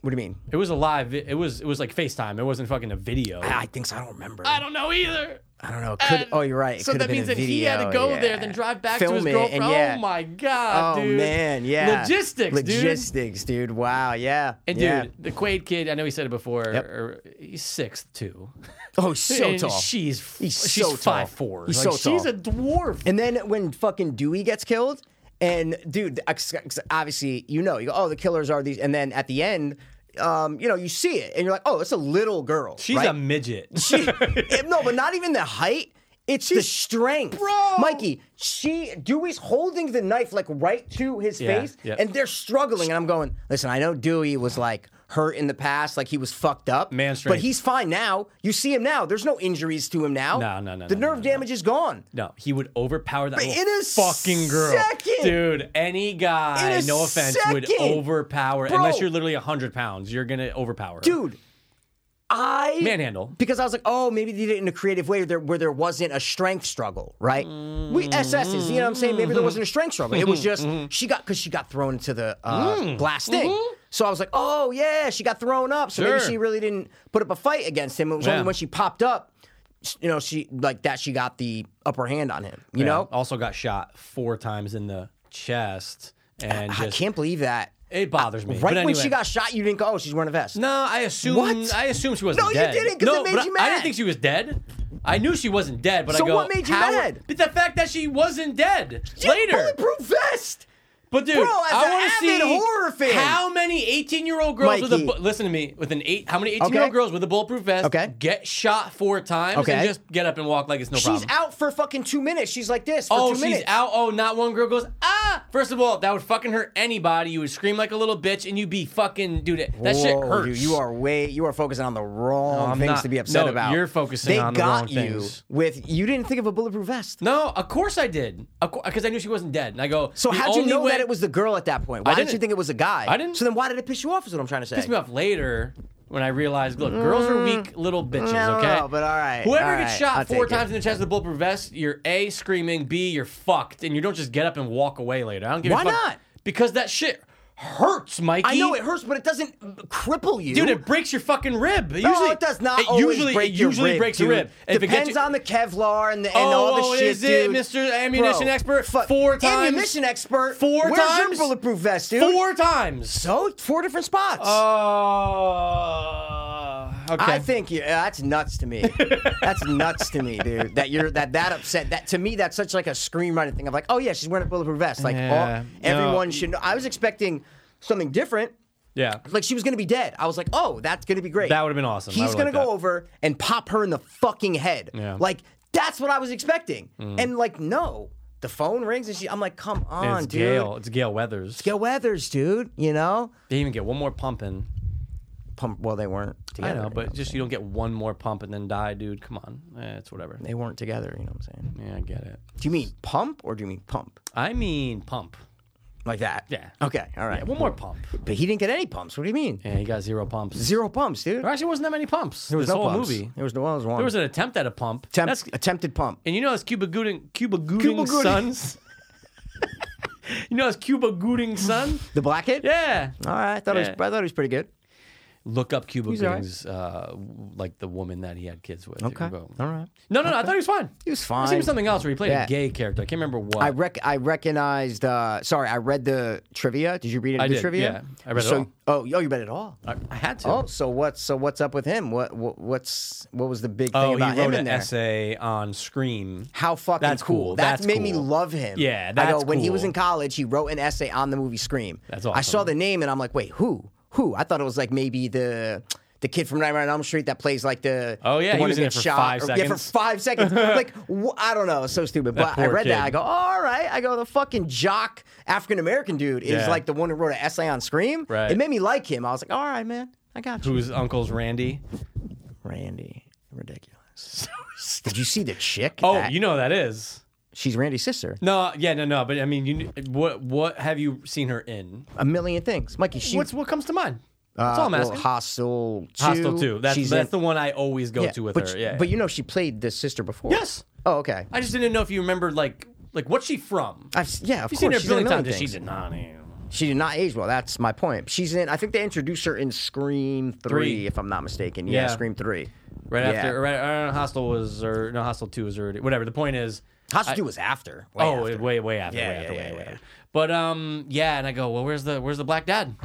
Speaker 1: What do you mean?
Speaker 2: It was a live. vi- It was it was like FaceTime. It wasn't fucking a video.
Speaker 1: Ah, I think so. I don't remember.
Speaker 2: I don't know either.
Speaker 1: I don't know. It Could,
Speaker 2: And-
Speaker 1: oh, you're right. It
Speaker 2: so
Speaker 1: could
Speaker 2: that
Speaker 1: have been
Speaker 2: means
Speaker 1: a
Speaker 2: that he had to
Speaker 1: video,
Speaker 2: go there,
Speaker 1: yeah.
Speaker 2: then drive back
Speaker 1: Film
Speaker 2: to his
Speaker 1: it,
Speaker 2: girlfriend.
Speaker 1: And yeah.
Speaker 2: Oh my god,
Speaker 1: Oh
Speaker 2: dude.
Speaker 1: man, yeah.
Speaker 2: Logistics, dude.
Speaker 1: Logistics, dude. Wow, yeah.
Speaker 2: And
Speaker 1: yeah.
Speaker 2: dude, the Quaid kid. I know he said it before. Or, he's six two.
Speaker 1: oh, he's so
Speaker 2: and
Speaker 1: tall.
Speaker 2: She's
Speaker 1: He's
Speaker 2: she's
Speaker 1: so tall.
Speaker 2: five four.
Speaker 1: He's
Speaker 2: like,
Speaker 1: so tall.
Speaker 2: She's a dwarf.
Speaker 1: And then when fucking Dewey gets killed, and dude, ex- ex- obviously you know, you go, oh, the killers are these, and then at the end, um, you know, you see it, and you're like, oh, it's a little girl.
Speaker 2: she's
Speaker 1: right?
Speaker 2: a midget.
Speaker 1: She- no, but not even the height. It's the strength,
Speaker 2: Bro!
Speaker 1: Mikey. She Dewey's holding the knife like right to his
Speaker 2: Yeah,
Speaker 1: face,
Speaker 2: yep.
Speaker 1: and they're struggling. And I'm going, listen, I know Dewey was like hurt in the past, like he was fucked up,
Speaker 2: Man
Speaker 1: but
Speaker 2: strength.
Speaker 1: he's fine now. You see him now. There's no injuries to him now.
Speaker 2: No, no, no,
Speaker 1: The
Speaker 2: no, no,
Speaker 1: nerve
Speaker 2: no.
Speaker 1: damage is gone.
Speaker 2: No, he would overpower that little
Speaker 1: in a
Speaker 2: fucking girl.
Speaker 1: second!
Speaker 2: Dude, any guy,
Speaker 1: In a
Speaker 2: no offense, would
Speaker 1: second!
Speaker 2: overpower
Speaker 1: Bro!
Speaker 2: unless you're literally 100 pounds, you're going to overpower.
Speaker 1: dude. I
Speaker 2: Manhandle.
Speaker 1: because I was like, oh, maybe they did it in a creative way there, where there wasn't a strength struggle, right?
Speaker 2: Mm.
Speaker 1: We SSs, you know what I'm saying? Maybe there wasn't a strength struggle.
Speaker 2: Mm-hmm.
Speaker 1: It was just she got because she got thrown into the uh,
Speaker 2: Mm.
Speaker 1: glass thing. So I was like, oh yeah, she got thrown up. So maybe
Speaker 2: Mm-hmm. Sure.
Speaker 1: she really didn't put up a fight against him. It was
Speaker 2: Yeah.
Speaker 1: only when she popped up, you know, she like that she got the upper hand on him. You
Speaker 2: Yeah,
Speaker 1: know,
Speaker 2: Also got shot four times in the chest and
Speaker 1: I
Speaker 2: just.
Speaker 1: can't believe that.
Speaker 2: It bothers me.
Speaker 1: Right
Speaker 2: but
Speaker 1: when
Speaker 2: anyway.
Speaker 1: she got shot, you didn't go, oh, she's wearing a vest.
Speaker 2: No, I assume.
Speaker 1: What?
Speaker 2: I assume she wasn't
Speaker 1: No, you
Speaker 2: dead.
Speaker 1: didn't, 'cause
Speaker 2: No,
Speaker 1: it made
Speaker 2: but
Speaker 1: you
Speaker 2: I- I
Speaker 1: mad.
Speaker 2: didn't think she was dead. I knew she wasn't dead, but
Speaker 1: So
Speaker 2: I go.
Speaker 1: what made you
Speaker 2: how-
Speaker 1: mad?
Speaker 2: But the fact that she wasn't dead
Speaker 1: She had a
Speaker 2: later.
Speaker 1: bulletproof vest.
Speaker 2: But dude,
Speaker 1: Bro, as
Speaker 2: I
Speaker 1: an
Speaker 2: want to see
Speaker 1: avid horror fan-
Speaker 2: how many 18-year-old girls with a
Speaker 1: Mikey.
Speaker 2: bu- listen to me with an eight how many 18-year-old
Speaker 1: Okay.
Speaker 2: girls with a bulletproof vest
Speaker 1: Okay.
Speaker 2: get shot four times
Speaker 1: Okay.
Speaker 2: and just get up and walk like it's no
Speaker 1: She's
Speaker 2: problem.
Speaker 1: out for fucking two minutes. She's like this for
Speaker 2: Oh,
Speaker 1: two
Speaker 2: she's
Speaker 1: minutes.
Speaker 2: out. Oh, not one girl goes, ah. First of all, that would fucking hurt anybody. You would scream like a little bitch and you'd be fucking, dude, that that shit
Speaker 1: Whoa,
Speaker 2: hurts.
Speaker 1: Dude, you are way you are focusing on the wrong
Speaker 2: I'm
Speaker 1: things
Speaker 2: not.
Speaker 1: to be upset
Speaker 2: No,
Speaker 1: about.
Speaker 2: you're focusing
Speaker 1: they
Speaker 2: on the
Speaker 1: got
Speaker 2: wrong
Speaker 1: you
Speaker 2: things.
Speaker 1: with you didn't think of a bulletproof vest.
Speaker 2: No, of course I did. Because I knew she wasn't dead. And I go,
Speaker 1: So
Speaker 2: the
Speaker 1: how'd you
Speaker 2: only
Speaker 1: know
Speaker 2: way,
Speaker 1: that said it was the girl at that point. Why didn't you
Speaker 2: didn't.
Speaker 1: think it was a guy?
Speaker 2: I didn't.
Speaker 1: So then why did it piss you off? Is what I'm trying to say.
Speaker 2: pissed me off later when I realized, look, girls are weak little
Speaker 1: I
Speaker 2: bitches,
Speaker 1: don't
Speaker 2: okay?
Speaker 1: know, Mm. but all right,
Speaker 2: Whoever
Speaker 1: all
Speaker 2: gets
Speaker 1: right,
Speaker 2: shot
Speaker 1: I'll
Speaker 2: four
Speaker 1: take it.
Speaker 2: times in the chest with a bulletproof vest, you're A, screaming, B, you're fucked, and you don't just get up and walk away later. I don't give
Speaker 1: Why
Speaker 2: a fuck.
Speaker 1: not?
Speaker 2: Because that shit hurts, Mikey.
Speaker 1: I know it hurts, but it doesn't cripple you.
Speaker 2: Dude, it breaks your fucking rib. It
Speaker 1: No,
Speaker 2: usually,
Speaker 1: it does not.
Speaker 2: It
Speaker 1: always
Speaker 2: usually,
Speaker 1: break
Speaker 2: it
Speaker 1: your
Speaker 2: usually
Speaker 1: rib,
Speaker 2: breaks
Speaker 1: dude.
Speaker 2: your rib. If it gets
Speaker 1: Depends
Speaker 2: you-
Speaker 1: on the Kevlar and, the, and
Speaker 2: Oh,
Speaker 1: all
Speaker 2: oh,
Speaker 1: the shit,
Speaker 2: is it,
Speaker 1: dude.
Speaker 2: Mr. Ammunition
Speaker 1: Bro,
Speaker 2: expert?
Speaker 1: fuck.
Speaker 2: Four times.
Speaker 1: Ammunition expert.
Speaker 2: Four
Speaker 1: Where's
Speaker 2: times.
Speaker 1: your bulletproof vest, dude?
Speaker 2: Four times.
Speaker 1: So four different spots.
Speaker 2: Uh, Oh, okay.
Speaker 1: I think yeah, that's nuts to me. that's nuts to me, dude. That you're that that upset. That to me, that's such like a screenwriting thing. I'm like, oh yeah, she's wearing a bulletproof vest. Like
Speaker 2: Yeah,
Speaker 1: all,
Speaker 2: no.
Speaker 1: everyone should know. I was expecting something different.
Speaker 2: yeah.
Speaker 1: Like she was gonna be dead. I was like, oh, that's gonna be great.
Speaker 2: That would've been awesome. I
Speaker 1: He's
Speaker 2: would've
Speaker 1: gonna
Speaker 2: liked
Speaker 1: go
Speaker 2: that.
Speaker 1: over and pop her in the fucking head.
Speaker 2: Yeah.
Speaker 1: Like that's what I was expecting. And like, no, the phone rings and she. I'm like, come
Speaker 2: And
Speaker 1: on,
Speaker 2: it's
Speaker 1: dude.
Speaker 2: Gail. It's Gail Weathers.
Speaker 1: Gail Weathers, dude. You know,
Speaker 2: They even get one more pump in.
Speaker 1: pump. Well, they weren't
Speaker 2: I
Speaker 1: together.
Speaker 2: know, but just you don't get one more pump and then die, dude. Come on, eh, it's whatever.
Speaker 1: they weren't together. You know what I'm saying?
Speaker 2: Yeah, I get it.
Speaker 1: Do you mean pump or do you mean pump?
Speaker 2: I mean pump.
Speaker 1: Like that?
Speaker 2: Yeah.
Speaker 1: Okay. All right.
Speaker 2: Yeah, one more pump.
Speaker 1: But he didn't get any pumps. What do you mean?
Speaker 2: Yeah, he got zero pumps.
Speaker 1: Zero pumps, dude.
Speaker 2: There actually wasn't that many pumps.
Speaker 1: There was
Speaker 2: this
Speaker 1: no
Speaker 2: whole
Speaker 1: pumps.
Speaker 2: movie.
Speaker 1: There was no well, there was one.
Speaker 2: There was an attempt at a pump.
Speaker 1: Attempt-
Speaker 2: That's,
Speaker 1: attempted pump.
Speaker 2: and you know it's Cuba Gooding Cuba
Speaker 1: Cuba
Speaker 2: Gooding
Speaker 1: Gooding.
Speaker 2: sons. you know it's Cuba Gooding's son.
Speaker 1: The black kid?
Speaker 2: Yeah.
Speaker 1: All right. I thought, he was,
Speaker 2: Yeah.
Speaker 1: I thought he was pretty good.
Speaker 2: Look up Cuba
Speaker 1: all right.
Speaker 2: Gooding's uh, like the woman that he had kids with. You can go-
Speaker 1: All right.
Speaker 2: No, no, no. I thought he was fine.
Speaker 1: He was
Speaker 2: I
Speaker 1: fine.
Speaker 2: seen something else where he played
Speaker 1: Yeah.
Speaker 2: a gay character. I can't remember what.
Speaker 1: I rec- I recognized. Uh, sorry, I read the trivia. Did you read it?
Speaker 2: I
Speaker 1: the
Speaker 2: did,
Speaker 1: trivia.
Speaker 2: yeah. I read it
Speaker 1: so,
Speaker 2: all.
Speaker 1: Oh, oh, you read it all.
Speaker 2: I, I had to.
Speaker 1: Oh, so what's so what's up with him? What, what what's what was the big thing
Speaker 2: Oh,
Speaker 1: about
Speaker 2: he wrote
Speaker 1: him in
Speaker 2: an
Speaker 1: there?
Speaker 2: essay on Scream.
Speaker 1: How fucking
Speaker 2: That's
Speaker 1: cool.
Speaker 2: cool.
Speaker 1: That
Speaker 2: That's
Speaker 1: made me
Speaker 2: cool.
Speaker 1: love him.
Speaker 2: Yeah,
Speaker 1: I know
Speaker 2: that's
Speaker 1: when he
Speaker 2: cool.
Speaker 1: was in college, he wrote an essay on the movie Scream.
Speaker 2: That's
Speaker 1: I saw
Speaker 2: awesome.
Speaker 1: the name and I'm like, wait, who? Who? I thought it was like maybe the the kid from Nightmare on Elm Street that plays like the
Speaker 2: Oh, yeah,
Speaker 1: the
Speaker 2: he
Speaker 1: one
Speaker 2: was
Speaker 1: who
Speaker 2: in it
Speaker 1: gets
Speaker 2: for
Speaker 1: shot.
Speaker 2: five
Speaker 1: or- Yeah, for
Speaker 2: seconds.
Speaker 1: five seconds. like wh- I don't know, it's so stupid. But I
Speaker 2: poor
Speaker 1: read that,
Speaker 2: kid.
Speaker 1: I go, all right. I go, the fucking jock African American dude is
Speaker 2: Yeah.
Speaker 1: like the one who wrote an essay on Scream.
Speaker 2: Right.
Speaker 1: It made me like him. I was like, all right, man, I got you,
Speaker 2: Whose uncle's Randy?
Speaker 1: Randy. Ridiculous. Did you see the chick?
Speaker 2: Oh,
Speaker 1: That-
Speaker 2: you know who that is.
Speaker 1: she's Randy's sister.
Speaker 2: No, yeah, no, no. But I mean, you kn- what what have you seen her in?
Speaker 1: a million things. Mikey, she
Speaker 2: What's what comes to mind?
Speaker 1: uh,
Speaker 2: That's all I'm
Speaker 1: well,
Speaker 2: asking.
Speaker 1: Hostile two.
Speaker 2: Hostile two. That's
Speaker 1: She's
Speaker 2: that's
Speaker 1: in-
Speaker 2: the one I always go to with
Speaker 1: but,
Speaker 2: her.
Speaker 1: she-
Speaker 2: Yeah.
Speaker 1: But you know she played this sister before.
Speaker 2: yes,
Speaker 1: Oh, okay.
Speaker 2: I just didn't know if you remembered like like what's she from?
Speaker 1: I've s- yeah, of course.
Speaker 2: You've seen her a
Speaker 1: she's in
Speaker 2: billion
Speaker 1: million
Speaker 2: times. She
Speaker 1: things.
Speaker 2: did not. eh.
Speaker 1: She did not age well. That's my point. She's in. I think they introduced her in Scream three,
Speaker 2: Three.
Speaker 1: if I'm not mistaken. Yeah,
Speaker 2: Yeah.
Speaker 1: Scream three.
Speaker 2: Right
Speaker 1: Yeah.
Speaker 2: after, right, I don't know, Hostile was or no, Hostile two was already whatever. The point is,
Speaker 1: Hostile two was after. Way
Speaker 2: oh,
Speaker 1: after.
Speaker 2: it- way way after,
Speaker 1: Yeah,
Speaker 2: way
Speaker 1: yeah,
Speaker 2: after,
Speaker 1: yeah,
Speaker 2: way
Speaker 1: yeah,
Speaker 2: way.
Speaker 1: yeah.
Speaker 2: after. But um, yeah, and I go, well, where's the where's the black dad?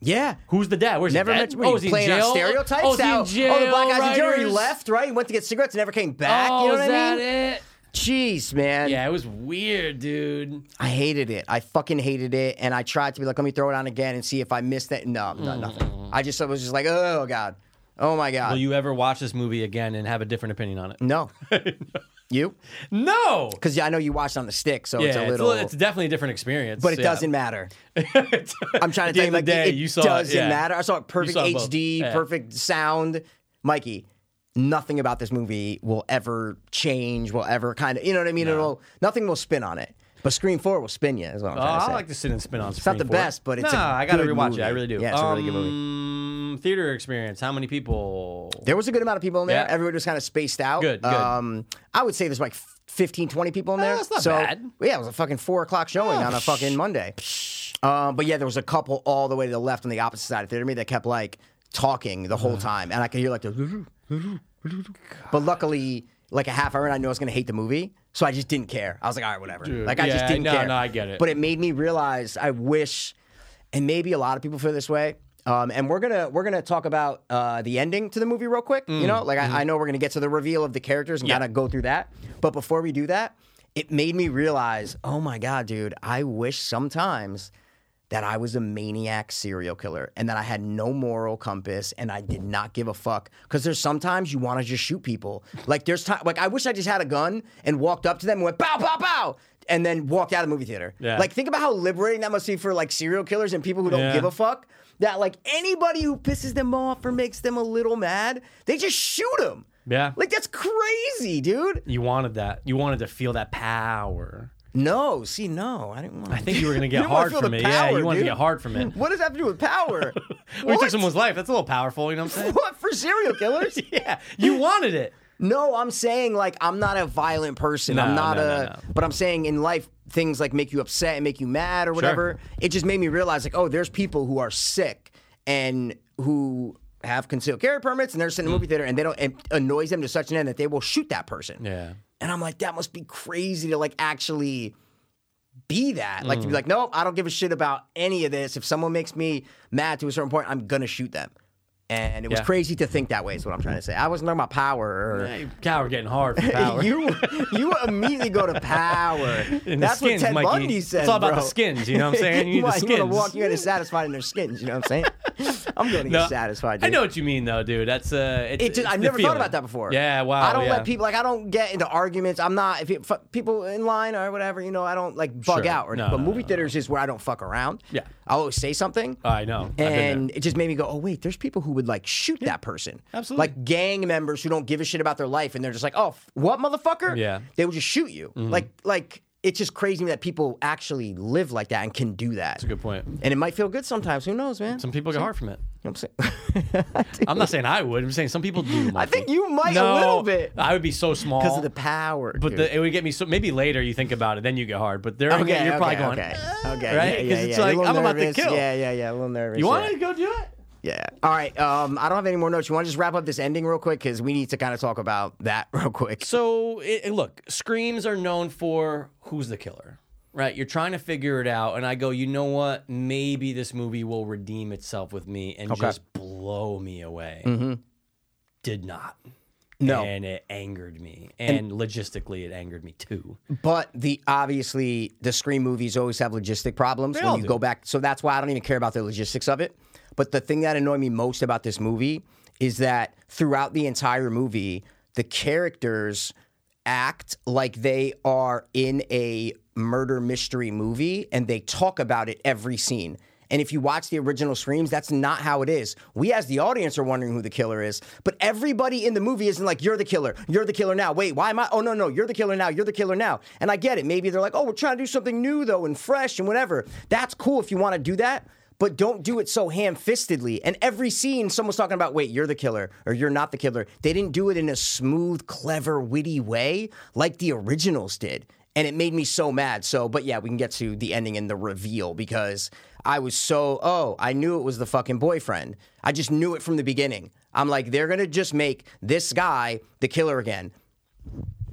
Speaker 1: yeah.
Speaker 2: Who's the dad? Where's
Speaker 1: Never
Speaker 2: he
Speaker 1: met.
Speaker 2: dead?
Speaker 1: what,
Speaker 2: Oh,
Speaker 1: you
Speaker 2: is he in
Speaker 1: playing on
Speaker 2: jail?
Speaker 1: stereotypes?
Speaker 2: Oh, is he
Speaker 1: How-
Speaker 2: in jail?
Speaker 1: oh, the black guys in jail. He
Speaker 2: writers?
Speaker 1: left, right? He went to get cigarettes and never came back.
Speaker 2: Oh,
Speaker 1: you know
Speaker 2: is
Speaker 1: what I
Speaker 2: that
Speaker 1: mean?
Speaker 2: it?
Speaker 1: Jeez, man.
Speaker 2: Yeah, it was weird, dude.
Speaker 1: I hated it. I fucking hated it. And I tried to be like, let me throw it on again and see if I missed that. No,
Speaker 2: Mm.
Speaker 1: no, nothing. I just I was just like, oh god, oh my god.
Speaker 2: Will you ever watch this movie again and have a different opinion on it?
Speaker 1: no, you?
Speaker 2: No.
Speaker 1: Because I know you watched on the stick, so
Speaker 2: Yeah,
Speaker 1: it's a
Speaker 2: it's,
Speaker 1: little.
Speaker 2: it's definitely a different experience.
Speaker 1: but it
Speaker 2: yeah.
Speaker 1: doesn't matter. I'm trying to
Speaker 2: At
Speaker 1: tell
Speaker 2: the
Speaker 1: you,
Speaker 2: end
Speaker 1: like,
Speaker 2: of the day,
Speaker 1: it
Speaker 2: you saw it,
Speaker 1: doesn't
Speaker 2: yeah.
Speaker 1: matter. I saw it perfect
Speaker 2: saw both,
Speaker 1: HD,
Speaker 2: yeah.
Speaker 1: perfect sound, Mikey. Nothing about this movie will ever change. Will ever kind of, you know what I mean? It'll nothing will spin on it. But Screen Four will spin you. Is what I'm
Speaker 2: Oh,
Speaker 1: trying to
Speaker 2: I
Speaker 1: say.
Speaker 2: like to sit and spin on.
Speaker 1: not the best, but it's a
Speaker 2: nah, I gotta
Speaker 1: good
Speaker 2: rewatch
Speaker 1: movie.
Speaker 2: it. I really do.
Speaker 1: Yeah, it's a really good movie.
Speaker 2: Um, Theater experience. How many people?
Speaker 1: There was a good amount of people in there.
Speaker 2: Yeah.
Speaker 1: Everybody was kind of spaced out.
Speaker 2: Good, good.
Speaker 1: Um, I would say there's like 15, 20 people in there.
Speaker 2: that's not
Speaker 1: so,
Speaker 2: bad. Oh,
Speaker 1: Yeah, it was a fucking four o'clock showing on a fucking Monday. Um, but yeah, there was a couple all the way to the left on the opposite side of theater me that kept like talking the whole time, and I could hear like the. But luckily, like a half hour, in, I knew I was gonna hate the movie, so I just didn't care. I was like, all right, whatever. like I just
Speaker 2: yeah,
Speaker 1: didn't
Speaker 2: no,
Speaker 1: care.
Speaker 2: no, I get it.
Speaker 1: But it made me realize I wish, and maybe a lot of people feel this way. Um, and we're gonna we're gonna talk about uh, the ending to the movie real quick. You know, like I, I know we're gonna get to the reveal of the characters and kind of go through that. But before we do that, it made me realize, oh my god, dude, I wish sometimes that I was a maniac serial killer and that I had no moral compass and I did not give a fuck. Because there's sometimes you want to just shoot people. Like there's time, like I wish I just had a gun and walked up to them and went pow pow pow. And then walked out of the movie theater.
Speaker 2: Yeah.
Speaker 1: Like, think about how liberating that must be for like serial killers and people who don't
Speaker 2: Yeah.
Speaker 1: give a fuck. That like anybody who pisses them off or makes them a little mad, they just shoot them.
Speaker 2: Yeah.
Speaker 1: Like that's crazy, dude.
Speaker 2: You wanted that. You wanted to feel that power.
Speaker 1: No, see, no, I didn't want.
Speaker 2: I think you were gonna
Speaker 1: You
Speaker 2: get
Speaker 1: didn't wanna
Speaker 2: hard
Speaker 1: feel
Speaker 2: from
Speaker 1: the
Speaker 2: it. yeah,
Speaker 1: power,
Speaker 2: you wanted
Speaker 1: dude.
Speaker 2: to get hard from it.
Speaker 1: What does that have to do with power?
Speaker 2: We took
Speaker 1: What?
Speaker 2: someone's life. That's a little powerful. You know what I'm saying?
Speaker 1: What for serial killers?
Speaker 2: yeah, you wanted it.
Speaker 1: No, I'm saying like I'm not a violent person. I'm
Speaker 2: No,
Speaker 1: not
Speaker 2: no,
Speaker 1: a.
Speaker 2: no, no.
Speaker 1: But I'm saying in life things like make you upset and make you mad or whatever. It just made me realize like oh, there's people who are sick and who have concealed carry permits and they're sitting in the
Speaker 2: Mm.
Speaker 1: movie theater and they don't it annoys them to such an end that they will shoot that person.
Speaker 2: Yeah.
Speaker 1: And I'm like that must be crazy to like actually be that. Like to
Speaker 2: Mm.
Speaker 1: be like nope, I don't give a shit about any of this. If someone makes me mad to a certain point, I'm gonna shoot them. And it was
Speaker 2: Yeah.
Speaker 1: crazy to think that way. Is what I'm trying to say. I wasn't talking about power or
Speaker 2: Hey, cow, we're getting hard from power.
Speaker 1: you you immediately go to power.
Speaker 2: And the
Speaker 1: That's
Speaker 2: skins,
Speaker 1: what Ted
Speaker 2: Mikey.
Speaker 1: Bundy said.
Speaker 2: It's all about
Speaker 1: bro.
Speaker 2: the skins. You know what I'm saying? You need the
Speaker 1: want-
Speaker 2: skins.
Speaker 1: You want to walk, you gotta satisfy in their skins. You know what I'm saying? I'm going to
Speaker 2: No,
Speaker 1: get satisfied. Dude.
Speaker 2: I know what you mean, though, dude. That's uh, it's,
Speaker 1: It just,
Speaker 2: it's
Speaker 1: I've
Speaker 2: the
Speaker 1: never thought
Speaker 2: feeling.
Speaker 1: about that before.
Speaker 2: Yeah, wow.
Speaker 1: I don't
Speaker 2: yeah.
Speaker 1: let people like I don't get into arguments. I'm not if it, f- people in line or whatever. You know, I don't like bug
Speaker 2: Sure.
Speaker 1: out. Or,
Speaker 2: No,
Speaker 1: but
Speaker 2: no,
Speaker 1: movie
Speaker 2: no,
Speaker 1: theaters is where I don't fuck around.
Speaker 2: Yeah.
Speaker 1: I always say something.
Speaker 2: Oh, I know. I've been there.
Speaker 1: And it just made me go, oh wait, there's people who would like shoot that person,
Speaker 2: absolutely.
Speaker 1: like gang members who don't give a shit about their life, and they're just like, oh, f- what motherfucker?
Speaker 2: Yeah. Mm-hmm.
Speaker 1: they would just shoot you. Like, like it's just crazy that people actually live like that and can do that.
Speaker 2: that's a good point.
Speaker 1: And it might feel good sometimes. Who knows, man?
Speaker 2: Some people get hard from it.
Speaker 1: You know what I'm saying?
Speaker 2: I'm not saying I would. I'm saying some people do.
Speaker 1: I
Speaker 2: Mikey.
Speaker 1: think you might
Speaker 2: no,
Speaker 1: a little bit
Speaker 2: I would be so small
Speaker 1: because of the power.
Speaker 2: But
Speaker 1: dude.
Speaker 2: the, it would get me so. Maybe later you think about it, then you get hard. But there,
Speaker 1: okay,
Speaker 2: again, you're probably
Speaker 1: okay,
Speaker 2: going.
Speaker 1: okay,
Speaker 2: "Ah,"
Speaker 1: okay,
Speaker 2: right?
Speaker 1: yeah, yeah,
Speaker 2: 'Cause it's
Speaker 1: yeah.
Speaker 2: like
Speaker 1: You're a
Speaker 2: I'm
Speaker 1: little
Speaker 2: about to
Speaker 1: nervous.
Speaker 2: kill.
Speaker 1: Yeah, yeah, yeah. A little nervous.
Speaker 2: You
Speaker 1: yeah.
Speaker 2: want to go do it?
Speaker 1: Yeah. All right. Um, I don't have any more notes. You want to just wrap up this ending real quick because we need to kind of talk about that real quick.
Speaker 2: So it, it- look, screams are known for who's the killer, right? You're trying to figure it out, and I go, you know what? Maybe this movie will redeem itself with me and just blow me away. Did not.
Speaker 1: Mm-hmm. No.
Speaker 2: and it angered me, and, logistically, it angered me too.
Speaker 1: But the obviously the scream movies always have logistic problems when
Speaker 2: all
Speaker 1: you
Speaker 2: do.
Speaker 1: go back. So that's why I don't even care about the logistics of it. But the thing that annoyed me most about this movie is that throughout the entire movie, the characters act like they are in a murder mystery movie and they talk about it every scene. And if you watch the original screams, that's not how it is. We as the audience are wondering who the killer is, but everybody in the movie isn't like, you're the killer, you're the killer now. Wait, why am I? Oh, no, no, you're the killer now, you're the killer now. And I get it. Maybe they're like, oh, we're trying to do something new though and fresh and whatever. That's cool if you want to do that. But don't do it so ham fistedly. And every scene, someone's talking about, wait, you're the killer or you're not the killer. They didn't do it in a smooth, clever, witty way like the originals did and it made me so mad. So, but yeah, we can get to the ending and the reveal because I was so oh, I knew it was the fucking boyfriend. I just knew it from the beginning. I'm like, they're gonna just make this guy the killer again.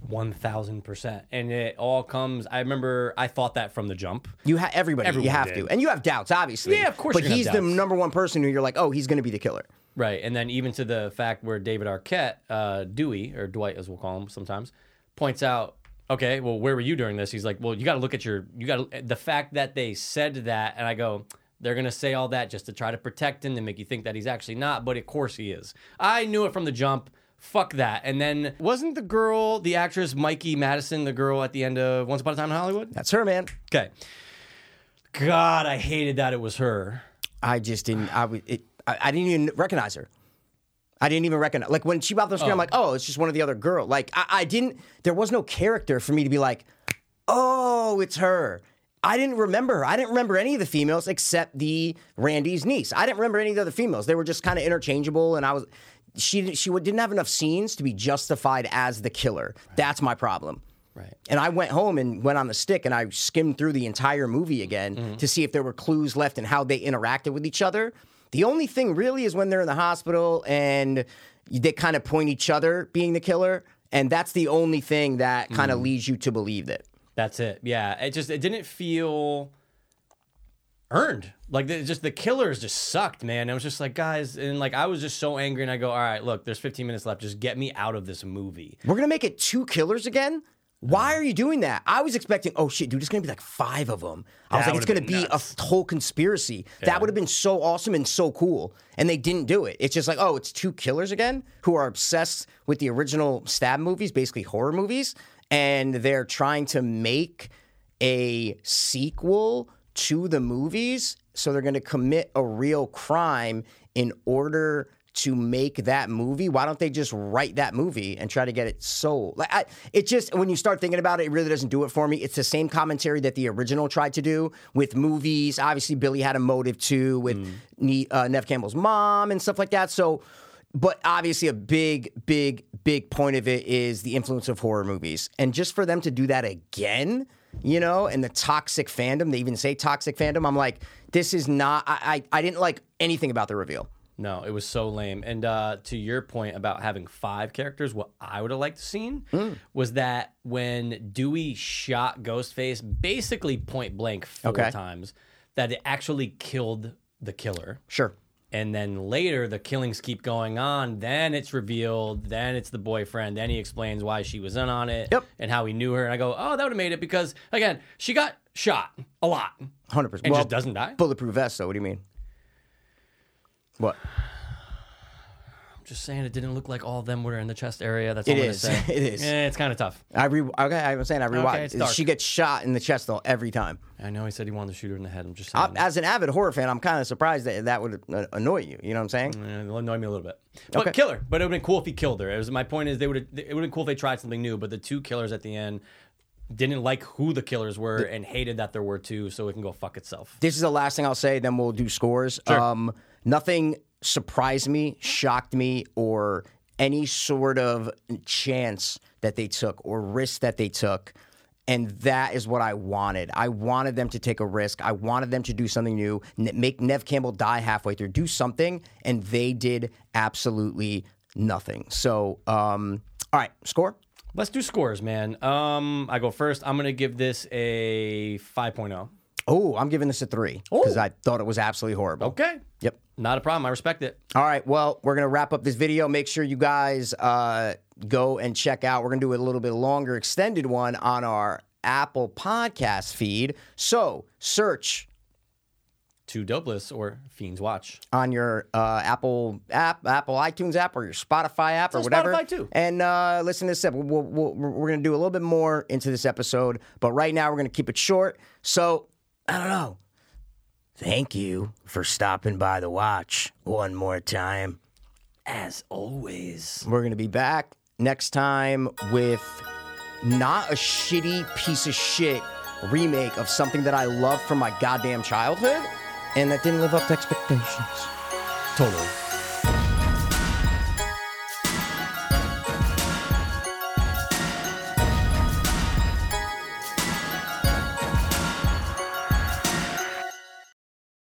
Speaker 2: One thousand percent, and it all comes. I remember I thought that from the jump.
Speaker 1: You have everybody. you
Speaker 2: Everyone
Speaker 1: have
Speaker 2: did.
Speaker 1: to, and you have doubts, obviously.
Speaker 2: Yeah, of course
Speaker 1: But
Speaker 2: you're gonna
Speaker 1: he's
Speaker 2: have
Speaker 1: the
Speaker 2: doubts.
Speaker 1: number one person who you're like, oh, he's gonna be the killer.
Speaker 2: Right, and then even to the fact where David Arquette, uh, Dewey or Dwight as we'll call him sometimes, points out, okay, well, where were you during this? He's like, well, you got to look at your, you got to the fact that they said that, and I go, they're gonna say all that just to try to protect him to make you think that he's actually not, but of course he is. I knew it from the jump. Fuck that. And then wasn't the girl, the actress Mikey Madison, the girl at the end of Once Upon a Time in Hollywood?
Speaker 1: That's her, man.
Speaker 2: Okay. God, I hated that it was her.
Speaker 1: I just didn't. I would. It, I, I didn't even recognize her. I didn't even recognize. Like when she popped on the screen, I'm like, oh, it's just one of the other girl. Like I, I didn't. There was no character for me to be like, oh, it's her. I didn't remember her. I didn't remember any of the females except the Randy's niece. I didn't remember any of the other females. They were just kind of interchangeable, and I was. She didn't- she would- didn't have enough scenes to be justified as the killer. That's my problem.
Speaker 2: Right.
Speaker 1: And I went home and went on the stick and I skimmed through the entire movie again to see if there were clues left and how they interacted with each other. The only thing really is when they're in the hospital and they kind of point each other being the killer. And that's the only thing that kind of leads you to believe that.
Speaker 2: That's it. Yeah, it just it didn't feel earned. Like the, just the killers just sucked, man. I was just like, guys, and like I was just so angry, and I go, all right, look, there's 15 minutes left. Just get me out of this movie.
Speaker 1: We're going to make it two killers again? Why are you doing that? I was expecting, oh shit, dude, it's gonna be like five of them. I was
Speaker 2: That
Speaker 1: like, it's
Speaker 2: would've
Speaker 1: gonna
Speaker 2: been
Speaker 1: be
Speaker 2: nuts.
Speaker 1: a whole conspiracy. That would have been so awesome and so cool. And they didn't do it. It's just like, oh, it's two killers again who are obsessed with the original stab movies, basically horror movies, and they're trying to make a sequel to the movies. So they're gonna commit a real crime in order to make that movie, why don't they just write that movie and try to get it sold? Like, I, it just when you start thinking about it, it really doesn't do it for me. It's the same commentary that the original tried to do with movies. Obviously, Billy had a motive too with Ne- uh, Nev Campbell's mom and stuff like that. So, but obviously, a big, big, big point of it is the influence of horror movies, and just for them to do that again. You know, and the toxic fandom, they even say toxic fandom. I'm like, this is not, I, I, I didn't like anything about the reveal.
Speaker 2: No, it was so lame. And uh, to your point about having five characters, what I would have liked to seen was that when Dewey shot Ghostface, basically point blank four
Speaker 1: Okay.
Speaker 2: times, that it actually killed the killer.
Speaker 1: Sure.
Speaker 2: And then later, the killings keep going on. Then it's revealed. Then it's the boyfriend. Then he explains why she was in on it
Speaker 1: Yep.
Speaker 2: and how he knew her. And I go, oh, that would have made it because again, she got shot a lot and
Speaker 1: Hundred percent.
Speaker 2: just doesn't die.
Speaker 1: bulletproof vest. though. what do you mean? What?
Speaker 2: I'm just saying, it didn't look like all of them were in the chest area. That's all I'm gonna
Speaker 1: is.
Speaker 2: say.
Speaker 1: It is.
Speaker 2: Yeah, it's kind of tough.
Speaker 1: I re. Okay, I'm saying I rewatched.
Speaker 2: it's dark.
Speaker 1: she gets shot in the chest though every time.
Speaker 2: I know he said he wanted to shoot her in the head. I'm just
Speaker 1: I,
Speaker 2: saying.
Speaker 1: as an avid horror fan, I'm kind of surprised that that would uh, annoy you. You know what I'm saying?
Speaker 2: Yeah, it'll annoy me a little bit. But
Speaker 1: Okay.
Speaker 2: kill her. But it would have been cool if he killed her. It was, my point is, they would. It would have been cool if they tried something new. But the two killers at the end didn't like who the killers were and hated that there were two, so it can go fuck itself.
Speaker 1: This is the last thing I'll say. Then we'll do scores. Um, nothing surprised me, shocked me, or any sort of chance that they took or risk that they took. And that is what I wanted. I wanted them to take a risk. I wanted them to do something new, n- make Nev Campbell die halfway through, do something, and they did absolutely nothing. So, um, all right, score.
Speaker 2: Let's do scores, man. Um, I go first. I'm gonna give this a 5.0.
Speaker 1: Oh, I'm giving this a three because I thought it was absolutely horrible.
Speaker 2: Okay.
Speaker 1: Yep.
Speaker 2: Not a problem. I respect it.
Speaker 1: All right. Well, we're going to wrap up this video. Make sure you guys uh, go and check out. We're going to do a little bit longer, extended one on our Apple podcast feed. So search
Speaker 2: Two dopeless or fiends watch.
Speaker 1: on your uh, Apple app, Apple iTunes app, or your Spotify app, or
Speaker 2: on
Speaker 1: whatever.
Speaker 2: Spotify, too.
Speaker 1: And uh, listen to this. Ep- We'll, we'll, we're going to do a little bit more into this episode, but right now we're going to keep it short. So I don't know. Thank you for stopping by the watch one more time.
Speaker 2: As always.
Speaker 1: We're going to be back next time with not a shitty piece of shit remake of something that I loved from my goddamn childhood and that didn't live up to expectations.
Speaker 2: Totally.